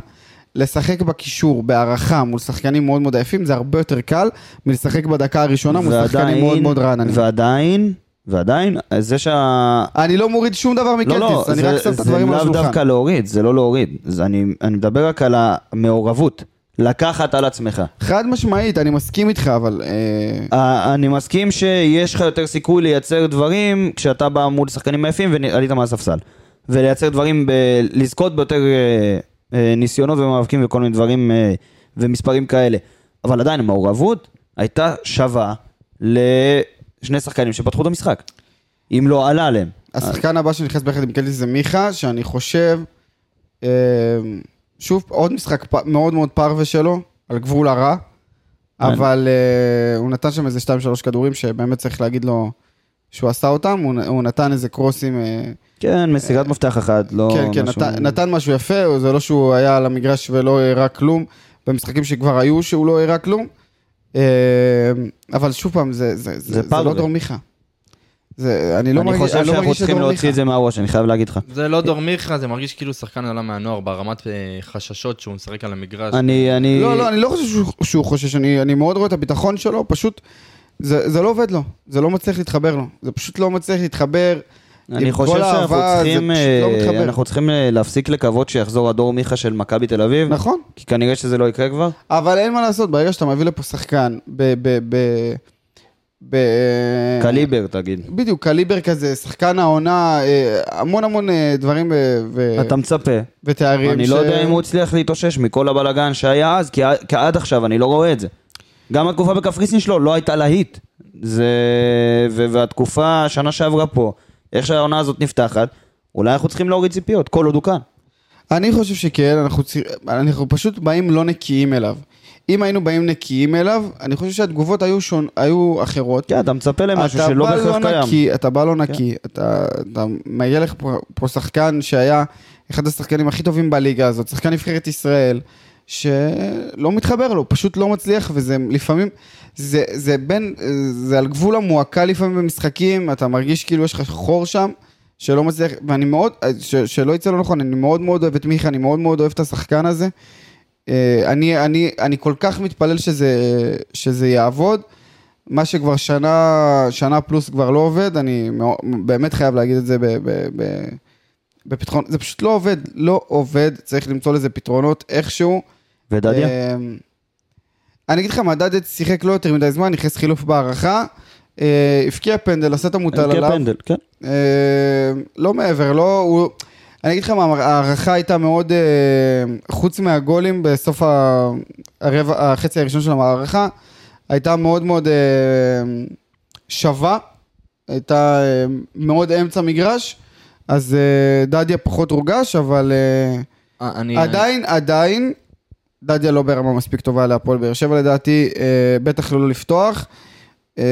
Speaker 3: לשחק בקישור, בהערכה, מול שחקנים מאוד מאוד עייפים, זה הרבה יותר קל מלשחק בדקה הראשונה מול שחקנים מאוד מאוד רעננים.
Speaker 1: ועדיין, ועדיין, זה שה...
Speaker 3: אני לא מוריד שום דבר
Speaker 1: לא, לא,
Speaker 3: מקלטינס, אני
Speaker 1: זה-
Speaker 3: רק שם את הדברים על
Speaker 1: זה לאו
Speaker 3: השולחן.
Speaker 1: דווקא להוריד, זה לא להוריד. זה אני, אני מדבר רק על המעורבות, לקחת על עצמך.
Speaker 3: חד משמעית, אני מסכים איתך, אבל... אה,
Speaker 1: אה, אני מסכים שיש לך יותר סיכוי לייצר דברים כשאתה בא מול שחקנים עייפים ועלית מהספסל. ולייצר דברים, ב... לזכות ביותר אה, אה, ניסיונות ומאבקים וכל מיני דברים אה, ומספרים כאלה. אבל עדיין המעורבות הייתה שווה לשני שחקנים שפתחו את המשחק. אם לא עלה עליהם.
Speaker 3: השחקן הבא שנכנס ביחד עם קלטיס זה מיכה, שאני חושב, אה, שוב, עוד משחק פ- מאוד מאוד פרווה שלו, על גבול הרע,
Speaker 1: כן.
Speaker 3: אבל אה, הוא נתן שם איזה 2-3 כדורים שבאמת צריך להגיד לו שהוא עשה אותם, הוא נ- הוא נתן איזה קרוסים, אה,
Speaker 1: כן, מסירת מפתח אחת, לא
Speaker 3: כן, כן,
Speaker 1: משהו...
Speaker 3: נתן- נתן משהו יפה, זה לא שהוא היה על המגרש ולא הראה כלום, במשחקים שכבר היו שהוא לא הראה כלום, אה, אבל שוב פעם, זה- זה זה- זה
Speaker 1: פרווה.
Speaker 3: לא דור מיכה. זה- אני לא
Speaker 1: אני
Speaker 3: מרגיש
Speaker 1: חושב
Speaker 3: אני לא
Speaker 1: שאנחנו
Speaker 3: מרגיש
Speaker 1: צריכים
Speaker 3: שדור
Speaker 1: להוציא
Speaker 3: מיכה.
Speaker 1: את זה מהראש, אני חייב להגיד לך.
Speaker 2: זה לא דור מיכה, זה מרגיש כאילו שחקן עלה מהנוער ברמת אה, חששות שהוא משחק על המגרש.
Speaker 1: אני, אני...
Speaker 3: לא, לא, אני לא חושב שהוא, שהוא חושש, אני, אני מאוד רואה את הביטחון שלו, פשוט זה, זה לא עובד לו, זה לא מצליח להתחבר לו, זה פשוט לא מצליח להתחבר.
Speaker 1: אני
Speaker 3: עם
Speaker 1: חושב
Speaker 3: כל
Speaker 1: שאנחנו
Speaker 3: האהבה,
Speaker 1: צריכים,
Speaker 3: זה פשוט לא
Speaker 1: אה,
Speaker 3: מתחבר.
Speaker 1: אנחנו צריכים אה, להפסיק לקוות שיחזור הדור מיכה של מכבי תל אביב,
Speaker 3: נכון,
Speaker 1: כי כנראה שזה לא יקרה כבר.
Speaker 3: אבל אין מה לעשות, ברגע שאתה מביא לפה שחקן ב... ב, ב, ב אה.
Speaker 1: קליבר תגיד.
Speaker 3: בדיוק, קליבר כזה, שחקן העונה, אה, המון המון אה, דברים ו- ו-
Speaker 1: אתה מצפה.
Speaker 3: ותארים.
Speaker 1: אני
Speaker 3: ש-
Speaker 1: לא יודע אם הוא הצליח להתאושש מכל הבלגן שהיה אז, כי ע- כי עד עכשיו אני לא רואה את זה. גם התקופה בקפריסין שלו לא הייתה להיט. זה... ו- והתקופה, שנה שעברה פה, איך שהעונה הזאת נפתחת, אולי אנחנו צריכים להוריד ציפיות, כל עוד הוא כאן.
Speaker 3: אני חושב שכן, אנחנו, ציר... אנחנו פשוט באים לא נקיים אליו. אם היינו באים נקיים אליו, אני חושב שהתגובות היו, שון... היו אחרות.
Speaker 1: כן, אתה מצפה למשהו
Speaker 3: אתה
Speaker 1: שלא
Speaker 3: בא
Speaker 1: בהכרח
Speaker 3: לא
Speaker 1: קיים. כן.
Speaker 3: נקי, אתה בא לא נקי, אתה, אתה מגיע לך פה, פה שחקן שהיה אחד השחקנים הכי טובים בליגה הזאת, שחקן נבחרת ישראל, שלא מתחבר לו, פשוט לא מצליח, וזה לפעמים, זה, זה בין, זה על גבול המועקה לפעמים במשחקים, אתה מרגיש כאילו יש לך חור שם. שלא מצליח, ואני מאוד, ש, שלא יצא לא נכון, אני מאוד מאוד אוהב את מיכה, אני מאוד מאוד אוהב את השחקן הזה. אה, אני, אני, אני כל כך מתפלל שזה, שזה יעבוד. מה שכבר שנה, שנה פלוס כבר לא עובד, אני מאו- באמת חייב להגיד את זה ב, ב, ב, בפתחון, זה פשוט לא עובד, לא עובד, צריך למצוא לזה פתרונות איכשהו.
Speaker 1: ודדיה?
Speaker 3: אמ, אני אגיד לך, מדדת שיחק לא יותר מדי זמן, נכנס חילוף בהערכה, אה, הבקיע פנדל, עשה את המוטל
Speaker 1: כן,
Speaker 3: עליו.
Speaker 1: פנדל, כן.
Speaker 3: אה, לא מעבר, לא, הוא... אני אגיד לך מה, ההערכה הייתה מאוד, אה, חוץ מהגולים בסוף ה- הרבע, החצי הראשון של המערכה, הייתה מאוד מאוד אה, שווה, הייתה אה, מאוד אמצע מגרש, אז אה, דדיה פחות הורגש, אבל אה,
Speaker 2: אה, אני...
Speaker 3: עדיין, עדיין, דדיה לא ברמה מספיק טובה להפועל באר שבע לדעתי, אה, בטח לא לפתוח. אה,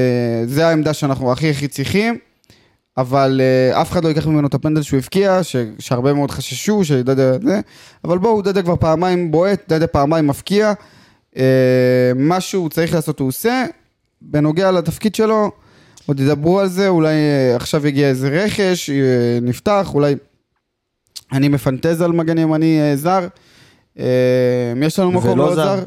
Speaker 3: זה העמדה שאנחנו הכי הכי צריכים, אבל אה, אף אחד לא ייקח ממנו את הפנדל שהוא הבקיע, ש, שהרבה מאוד חששו, שדדיה זה, אבל בואו, דדיה כבר פעמיים בועט, דדיה פעמיים מפקיע. אה, מה שהוא צריך לעשות הוא עושה. בנוגע לתפקיד שלו, עוד ידברו על זה, אולי אה, עכשיו יגיע איזה רכש, אה, נפתח, אולי... אני מפנטז על מגן ימני אה, זר. אה, יש לנו מקום
Speaker 1: ולא
Speaker 3: לעוד
Speaker 1: זר.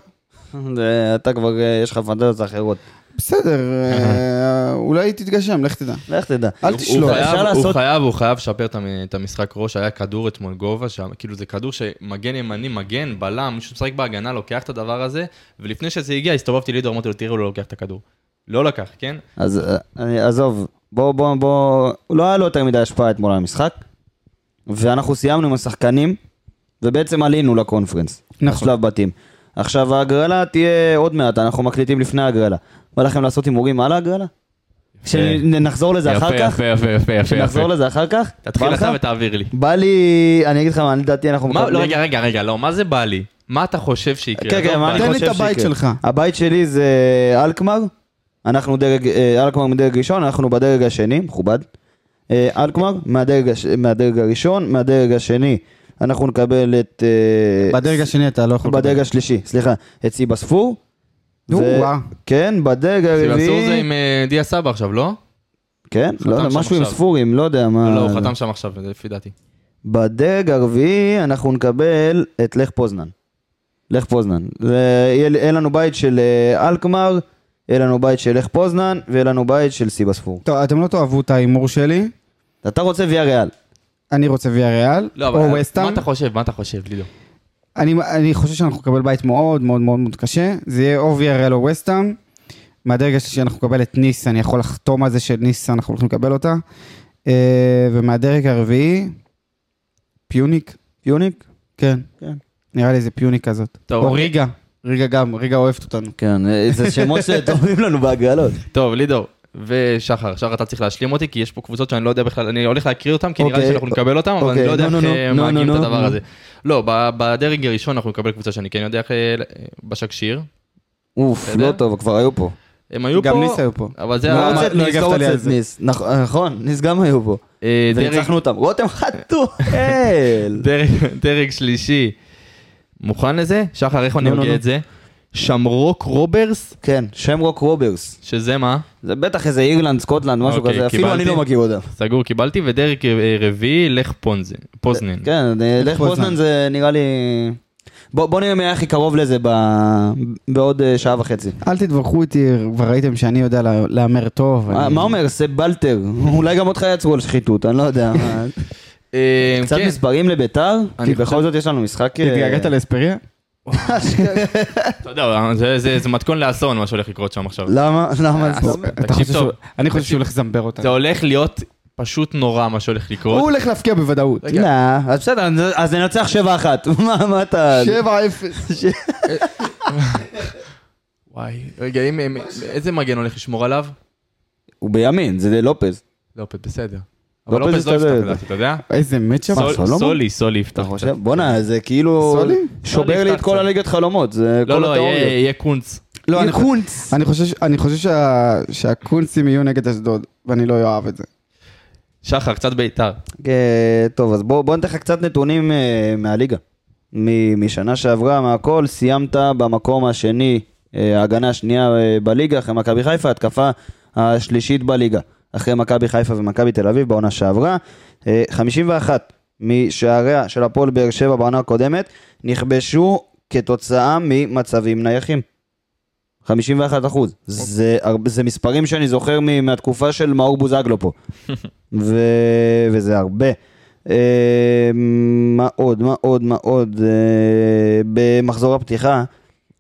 Speaker 3: זר?
Speaker 1: זה- אתה כבר, אה, יש לך פנטזיות אחרות.
Speaker 3: בסדר, [LAUGHS] אה, אולי תתגשם, לך תדע.
Speaker 1: לך תדע.
Speaker 3: אל תשלול.
Speaker 2: הוא
Speaker 1: אפשר
Speaker 2: חייב, הוא
Speaker 1: לעשות-
Speaker 2: חייב, הוא חייב לשפר את המ- את המשחק ראש, היה כדור אתמול גובה, שם, כאילו זה כדור שמגן ימני, מגן, בלם, מישהו משחק בהגנה, לוקח את הדבר הזה, ולפני שזה הגיע, הסתובבתי לידו, אמרתי לו, תראה, הוא לא לוקח את הכדור. לא לקח, כן?
Speaker 1: אז אה, אני- עזוב, בוא, בוא, בוא, לא היה לו יותר מדי השפעה אתמול על המשחק, ואנחנו סיימנו עם השחקנים, ובעצם עלינו לקונפרנס.
Speaker 3: נכון.
Speaker 1: שלב בתים. עכשיו ההגרלה תהיה עוד מעט, אנחנו מקליטים לפני ההגרלה. בא לכם לעשות הימורים על ההגרלה? שנחזור לזה אחר כך?
Speaker 2: יפה, יפה, יפה, יפה.
Speaker 1: נחזור לזה אחר כך?
Speaker 2: תתחיל
Speaker 1: בא לך?
Speaker 2: אתה ותעביר לי.
Speaker 1: בא לי, אני אגיד לך מה, לדעתי אנחנו
Speaker 2: מה, לא, רגע, רגע, רגע, לא, מה זה בא לי? מה אתה חושב שיקרה?
Speaker 1: כן, כן,
Speaker 2: לא,
Speaker 1: מה
Speaker 2: בא
Speaker 1: אני
Speaker 2: לי.
Speaker 3: תן לי
Speaker 1: חושב
Speaker 3: את הבית
Speaker 1: שיקרה.
Speaker 3: שלך.
Speaker 1: הבית שלי זה אלקמר, אנחנו דרג, אה, אלקמר מדרג ראשון, אנחנו בדרג השני, מכובד. אה, אלקמר מהדרג, הש- מהדרג הראשון, מהדרג השני אנחנו נקבל את... אה,
Speaker 3: בדרג השני אתה לא יכול...
Speaker 1: בדרג השלישי, סליחה, את סיבה ספור.
Speaker 3: נו,
Speaker 1: ו-
Speaker 3: וואה.
Speaker 1: כן, בדרג
Speaker 2: כאילו, עשו את זה
Speaker 1: הרביעי.
Speaker 2: עם אה, דיה סבא עכשיו, לא?
Speaker 1: כן, לא יודע,
Speaker 2: שם
Speaker 1: משהו עם
Speaker 2: עכשיו.
Speaker 1: ספורים, לא יודע מה.
Speaker 2: לא, הוא חתם שם עכשיו, זה לפי דעתי.
Speaker 1: בדרג הרביעי אנחנו נקבל את לך פוזנן. לך פוזנן. זה- יהיה- יהיה לנו בית של אה, אלקמר, יהיה לנו בית של לך פוזנן, ויהיה לנו בית של סיבה ספור.
Speaker 3: טוב, אתם לא תאהבו את ההימור שלי.
Speaker 1: אתה רוצה ויה ריאל.
Speaker 3: אני רוצה ויה ריאל,
Speaker 2: לא,
Speaker 3: או
Speaker 2: אבל מה
Speaker 3: וסטאם.
Speaker 2: אתה חושב? מה אתה חושב, לידו?
Speaker 3: אני, אני חושב שאנחנו נקבל בית מאוד מאוד מאוד מאוד קשה. זה יהיה או ויה ריאל או וסטאם. מהדרג השלישי אנחנו נקבל את ניס, אני יכול לחתום על זה שניס, אנחנו הולכים לקבל אותה. אה, ומהדרג הרביעי, פיוניק.
Speaker 1: יוניק?
Speaker 3: כן.
Speaker 1: כן.
Speaker 3: נראה לי זה פיוניק כזאת.
Speaker 2: טוב, אוקיי.
Speaker 3: או
Speaker 2: אני-
Speaker 3: ריגה. ריגה גם, ריגה אוהבת אותנו.
Speaker 1: כן, אה, זה [LAUGHS] שמות שטובים לנו בהגרלות.
Speaker 2: טוב, לידור ושחר, שחר אתה צריך להשלים אותי, כי יש פה קבוצות שאני לא יודע בכלל, אני הולך להקריא אותן, כי נראה לי
Speaker 1: אוקיי,
Speaker 2: שאנחנו נקבל אותן, אבל
Speaker 1: אוקיי,
Speaker 2: אני לא יודע
Speaker 1: נו,
Speaker 2: איך
Speaker 1: נו,
Speaker 2: אה,
Speaker 1: נו,
Speaker 2: מעגים
Speaker 1: נו,
Speaker 2: את
Speaker 1: נו,
Speaker 2: הדבר
Speaker 1: נו.
Speaker 2: הזה. לא, ב- בדרג הראשון אנחנו נקבל קבוצה שאני כן יודע איך... אה, בשקשיר.
Speaker 1: אוף,
Speaker 2: בסדר?
Speaker 1: לא טוב, כבר היו פה.
Speaker 2: הם היו פה...
Speaker 3: גם ניס היו פה.
Speaker 2: אבל זה
Speaker 1: לא
Speaker 2: ה-
Speaker 1: רוצה את
Speaker 3: לא
Speaker 1: ניס, לא
Speaker 3: הגבת לי
Speaker 1: רוצה
Speaker 3: על
Speaker 1: את
Speaker 3: זה.
Speaker 1: ניס. נכ- נכון, ניס גם היו פה.
Speaker 2: אה, דרג-
Speaker 1: וניצחנו אותם. רותם [LAUGHS] חתואל.
Speaker 2: דרג- דרג שלישי. מוכן לזה? שחר, איך אני
Speaker 1: נו,
Speaker 2: אוגה
Speaker 1: נו.
Speaker 2: את זה? שמרוק רוברס,
Speaker 1: כן, שמרוק רוברס.
Speaker 2: שזה מה?
Speaker 1: זה בטח איזה אירלנד, סקוטלנד, משהו
Speaker 2: אוקיי,
Speaker 1: כזה, אפילו אני
Speaker 2: קיבלתי.
Speaker 1: לא מכיר אותם.
Speaker 2: סגור, קיבלתי, ודרג אה, רביעי, לך פונזן- פוזנן.
Speaker 1: כן, אה, לך
Speaker 3: פוזנן.
Speaker 1: פוזנן זה נראה לי... בוא בוא נראה מי היה הכי קרוב לזה ב- בעוד אה, שעה וחצי.
Speaker 3: אל תתווכחו איתי, כבר ראיתם שאני יודע לה- להמר טוב.
Speaker 1: מה
Speaker 3: אני-
Speaker 1: מה אומר? סבלטר. [LAUGHS] אולי גם אותך יצרו על שחיתות, אני לא
Speaker 3: [LAUGHS]
Speaker 1: יודע.
Speaker 2: אה,
Speaker 1: קצת
Speaker 2: כן.
Speaker 1: מספרים לביתר? כי
Speaker 2: אני
Speaker 1: בכל זאת יש לנו משחק... אה,
Speaker 3: התגעגעת לאספריה?
Speaker 2: אתה יודע, זה- זה זה מתכון לאסון מה שהולך לקרות שם עכשיו.
Speaker 1: למה? למה?
Speaker 2: אה,
Speaker 1: זה-
Speaker 2: אז-
Speaker 3: לא, אתה
Speaker 2: תקשיב
Speaker 3: חושב
Speaker 2: טוב.
Speaker 3: שהוא- אני חושב שהוא הולך לזמבר
Speaker 2: זה
Speaker 3: אותנו.
Speaker 2: הולך להיות פשוט נורא מה שהולך
Speaker 3: הוא
Speaker 2: לקרות.
Speaker 3: הולך להפקיע בוודאות.
Speaker 2: רגע.
Speaker 1: לא,
Speaker 3: אה,
Speaker 1: אז בסדר, אז- אז ננצח 7-1. [LAUGHS] מה- מה אתה...
Speaker 3: 7-0.
Speaker 2: וואי, רגע, אם- אם- איזה מגן הולך לשמור עליו?
Speaker 1: הוא בימין, זה לופז.
Speaker 2: לופט, בסדר.
Speaker 6: אבל
Speaker 1: לופז
Speaker 6: לופז לא
Speaker 1: הסתדר.
Speaker 6: יפתח לדעתי, אתה יודע?
Speaker 3: [LAUGHS] איזה מצ'אפ.
Speaker 6: סול-
Speaker 1: סולומון? נכון.
Speaker 6: סולי, סולי יפתח.
Speaker 1: אתה חושב? בואנה, זה כאילו...
Speaker 3: סולי?
Speaker 1: שובר
Speaker 6: סולי
Speaker 1: לי את
Speaker 6: יפתח
Speaker 1: כל
Speaker 6: קצת.
Speaker 1: הליגת חלומות, זה
Speaker 6: לא,
Speaker 1: כל
Speaker 6: לא, יהיה-
Speaker 1: התיאוריות.
Speaker 6: יהיה קונץ.
Speaker 3: לא, אני
Speaker 1: יהיה
Speaker 3: חושב-
Speaker 1: קונץ.
Speaker 3: אני חושב- אני חושב שה- שהקונצים יהיו נגד אשדוד, ואני לא אוהב את זה.
Speaker 6: שחר, קצת בית"ר.
Speaker 1: אה, טוב, אז בוא בוא ניתן לך קצת נתונים אה, מהליגה. מ- משנה שעברה, מהכל, סיימת במקום השני, אה, ההגנה השנייה אה, בליגה, אחרי מכבי חיפה, התקפה השלישית בליגה, אחרי מכבי חיפה ומכבי תל אביב בעונה שעברה. אה, 51 משעריה של הפועל באר שבע בעונה הקודמת נכבשו כתוצאה ממצבים נייחים. 51 אחוז. זה, הרבה- זה מספרים שאני זוכר מ- מהתקופה של מאור בוזגלו פה. ו... וזה הרבה. אה, מה עוד, מה עוד, מה עוד? אה, במחזור הפתיחה,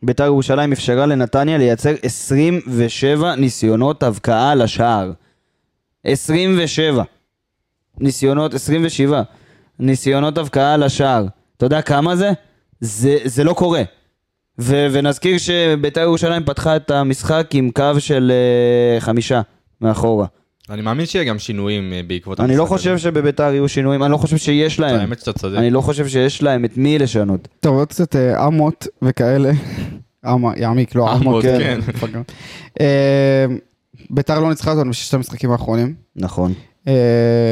Speaker 1: בית"ר ירושלים אפשרה לנתניה לייצר 27 ניסיונות הבקעה לשער. 27. ניסיונות, 27. ניסיונות הבקעה לשער. אתה יודע כמה זה? זה, זה לא קורה. ו- ונזכיר שבית"ר ירושלים פתחה את המשחק עם קו של אה, חמישה מאחורה.
Speaker 6: אני מאמין שיהיה גם שינויים אה, בעקבות
Speaker 1: אני לא
Speaker 6: המשחק הזה.
Speaker 1: חושב שבביתר יהיו שינויים, אני לא חושב שיש להם.
Speaker 6: האמת שאתה צודק.
Speaker 1: אני לא חושב שיש להם את מי לשנות.
Speaker 3: טוב, עוד קצת אה, אמות [LAUGHS] וכאלה. אמה, יעמיק, לא אמות.
Speaker 6: אמות,
Speaker 3: כן. [LAUGHS]
Speaker 6: כן.
Speaker 3: אה, ביתר לא ניצחה אותנו בששת המשחקים האחרונים.
Speaker 1: נכון.
Speaker 3: אה,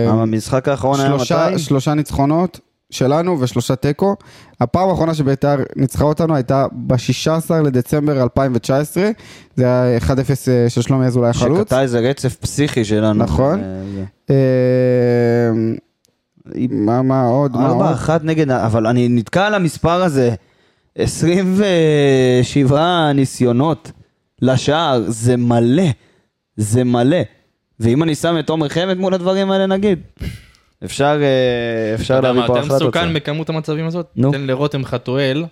Speaker 1: המשחק האחרון היה
Speaker 3: שלושה-
Speaker 1: מתי?
Speaker 3: שלושה ניצחונות שלנו ושלושה תיקו. הפעם האחרונה שביתר ניצחה אותנו הייתה ב-16 לדצמבר 2019. זה היה 1-0 אה, של שלומי אזולאי החלוץ.
Speaker 1: שקטע איזה רצף פסיכי שלנו.
Speaker 3: נכון.
Speaker 1: אה, זה.
Speaker 3: אה, מה מה עוד? מה
Speaker 1: ארבע
Speaker 3: עוד?
Speaker 1: אחת נגד, ה- אבל אני נתקע על המספר הזה. 27 ניסיונות לשער, זה מלא. זה מלא. ואם אני שם את עומר חמד מול הדברים האלה נגיד, אפשר אה, אפשר
Speaker 6: אתה יודע
Speaker 1: להביא
Speaker 6: מה
Speaker 1: פה
Speaker 6: יותר
Speaker 1: אחת תוצאה.
Speaker 6: מסוכן מכמות המצבים הזאת?
Speaker 1: נו.
Speaker 6: תן לרותם חתואל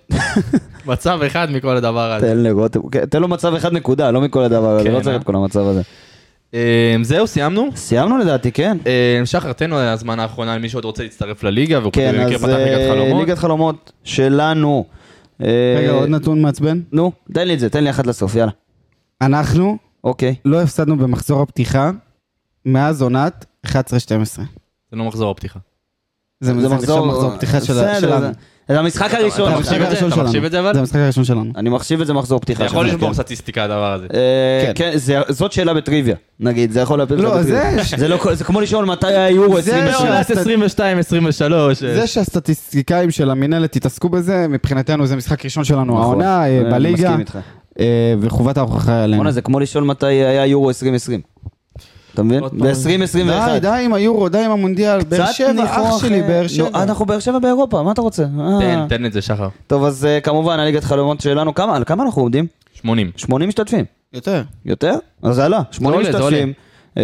Speaker 6: מצב אחד מכל הדבר הזה.
Speaker 1: תן לרותם, כן, תן לו מצב אחד נקודה, לא מכל הדבר הזה,
Speaker 6: כן,
Speaker 1: לא
Speaker 6: אה?
Speaker 1: צריך את כל המצב הזה.
Speaker 6: אה, זהו, סיימנו?
Speaker 1: סיימנו לדעתי, כן.
Speaker 6: אה, שחר, תן לו הזמן האחרונה למי שעוד רוצה להצטרף לליגה, והוא
Speaker 1: כן,
Speaker 6: במקרה
Speaker 1: אז
Speaker 6: פתח
Speaker 1: אה,
Speaker 6: ליגת חלומות.
Speaker 1: ליגת חלומות שלנו. אה,
Speaker 3: רגע, עוד נתון מעצבן.
Speaker 1: נו, תן לי את זה, תן לי אחת לסוף, יאללה.
Speaker 3: אנחנו
Speaker 1: אוקיי.
Speaker 3: לא הפסדנו במחזור הפתיחה מאז עונת 11-12.
Speaker 6: זה לא מחזור הפתיחה.
Speaker 3: זה זה נחשב מחזור פתיחה של-
Speaker 1: בסדר,
Speaker 3: שלנו.
Speaker 1: זה- זה המשחק הראשון.
Speaker 6: אתה
Speaker 3: המשחק
Speaker 6: מחשיב את זה?
Speaker 3: הראשון
Speaker 6: אתה מחשיב
Speaker 3: שלנו.
Speaker 6: את זה אבל?
Speaker 3: זה המשחק הראשון שלנו.
Speaker 1: אני מחשיב את זה מחזור פתיחה.
Speaker 6: אתה יכול
Speaker 1: שלנו,
Speaker 6: לשבור
Speaker 1: כן.
Speaker 6: סטטיסטיקה הדבר הזה.
Speaker 1: אה, כן, זה- זאת שאלה בטריוויה, נגיד, זה יכול להפיל אותך
Speaker 3: לא,
Speaker 1: בטריוויה. זה לא כל- זה כמו לשאול מתי היה יורו
Speaker 3: זה לא-
Speaker 1: 2020.
Speaker 3: שאלה-
Speaker 6: בעונת 22, 23. אה,
Speaker 3: זה שהסטטיסטיקאים של המינהלת התעסקו בזה, מבחינתנו זה משחק ראשון שלנו
Speaker 1: נכון,
Speaker 3: העונה, אה,
Speaker 1: אני
Speaker 3: בליגה,
Speaker 1: מסכים איתך.
Speaker 3: אה, וחובת ההוכחה
Speaker 6: כן.
Speaker 3: עליהם.
Speaker 1: בואנה, זה כמו לשאול מתי היה יורו 2020. אתה מבין?
Speaker 6: עוד פעם.
Speaker 1: ב-2021.
Speaker 3: די, די עם היורו, די עם המונדיאל, באר שבע, אח שלי, באר שבע.
Speaker 1: אה, לא, אנחנו באר שבע באירופה, מה אתה רוצה? אה.
Speaker 6: תן, תן את זה, שחר.
Speaker 1: טוב, אז אה, כמובן, הליגת חלומות שלנו, כמה, על כמה אנחנו עומדים?
Speaker 6: 80.
Speaker 1: 80 משתתפים.
Speaker 3: יותר.
Speaker 1: יותר? אז זה עלה, 80
Speaker 6: עולה, זה
Speaker 1: משתתפים. אה,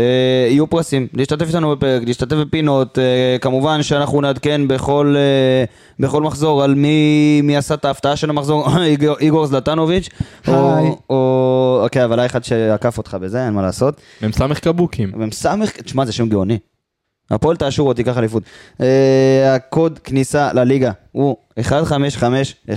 Speaker 1: יהיו פרסים, להשתתף איתנו בפרק, להשתתף בפינות, אה, כמובן שאנחנו נעדכן בכל, אה, בכל מחזור על מי, מי עשה את ההפתעה של המחזור, [LAUGHS] איגור- איגור זלטנוביץ', או,
Speaker 3: היי.
Speaker 1: או, אוקיי, אבל היה אחד שעקף אותך בזה, אין מה לעשות.
Speaker 6: מ"ס קבוקים.
Speaker 1: מ"ס, תשמע, זה שם גאוני. הפועל תאשור אותי, קח אליפות. אה, הקוד כניסה לליגה הוא 155143.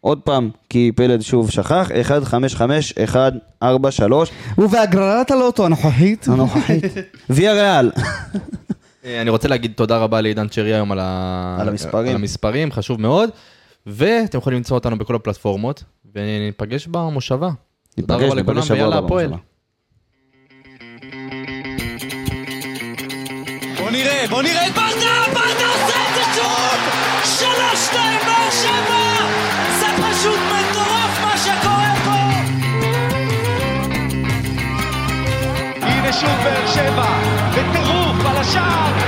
Speaker 1: עוד פעם, כי פלד שוב שכח, 155143.
Speaker 3: ובהגרלת הלוטו הנוכחית.
Speaker 1: הנוכחית. ויה ריאל.
Speaker 6: אה, אני רוצה להגיד תודה רבה לעידן צ'רי היום על, ה...
Speaker 1: על המספרים.
Speaker 6: על המספרים, חשוב מאוד. ואתם יכולים למצוא אותנו בכל הפלטפורמות, וניפגש במושבה. תודה רבה
Speaker 1: ניפגש,
Speaker 6: לכולם,
Speaker 1: ניפגש שבוע
Speaker 6: ויאללה,
Speaker 1: הבא
Speaker 6: הפועל.
Speaker 1: בממשלה.
Speaker 4: בוא נראה, בוא נראה את ברדה, ברדה עושה את זה שוב! שלוש, שתיים, באר שבע! זה פשוט מטורף מה שקורה פה! הנה שוב באר שבע, בטירוף על השער, כן,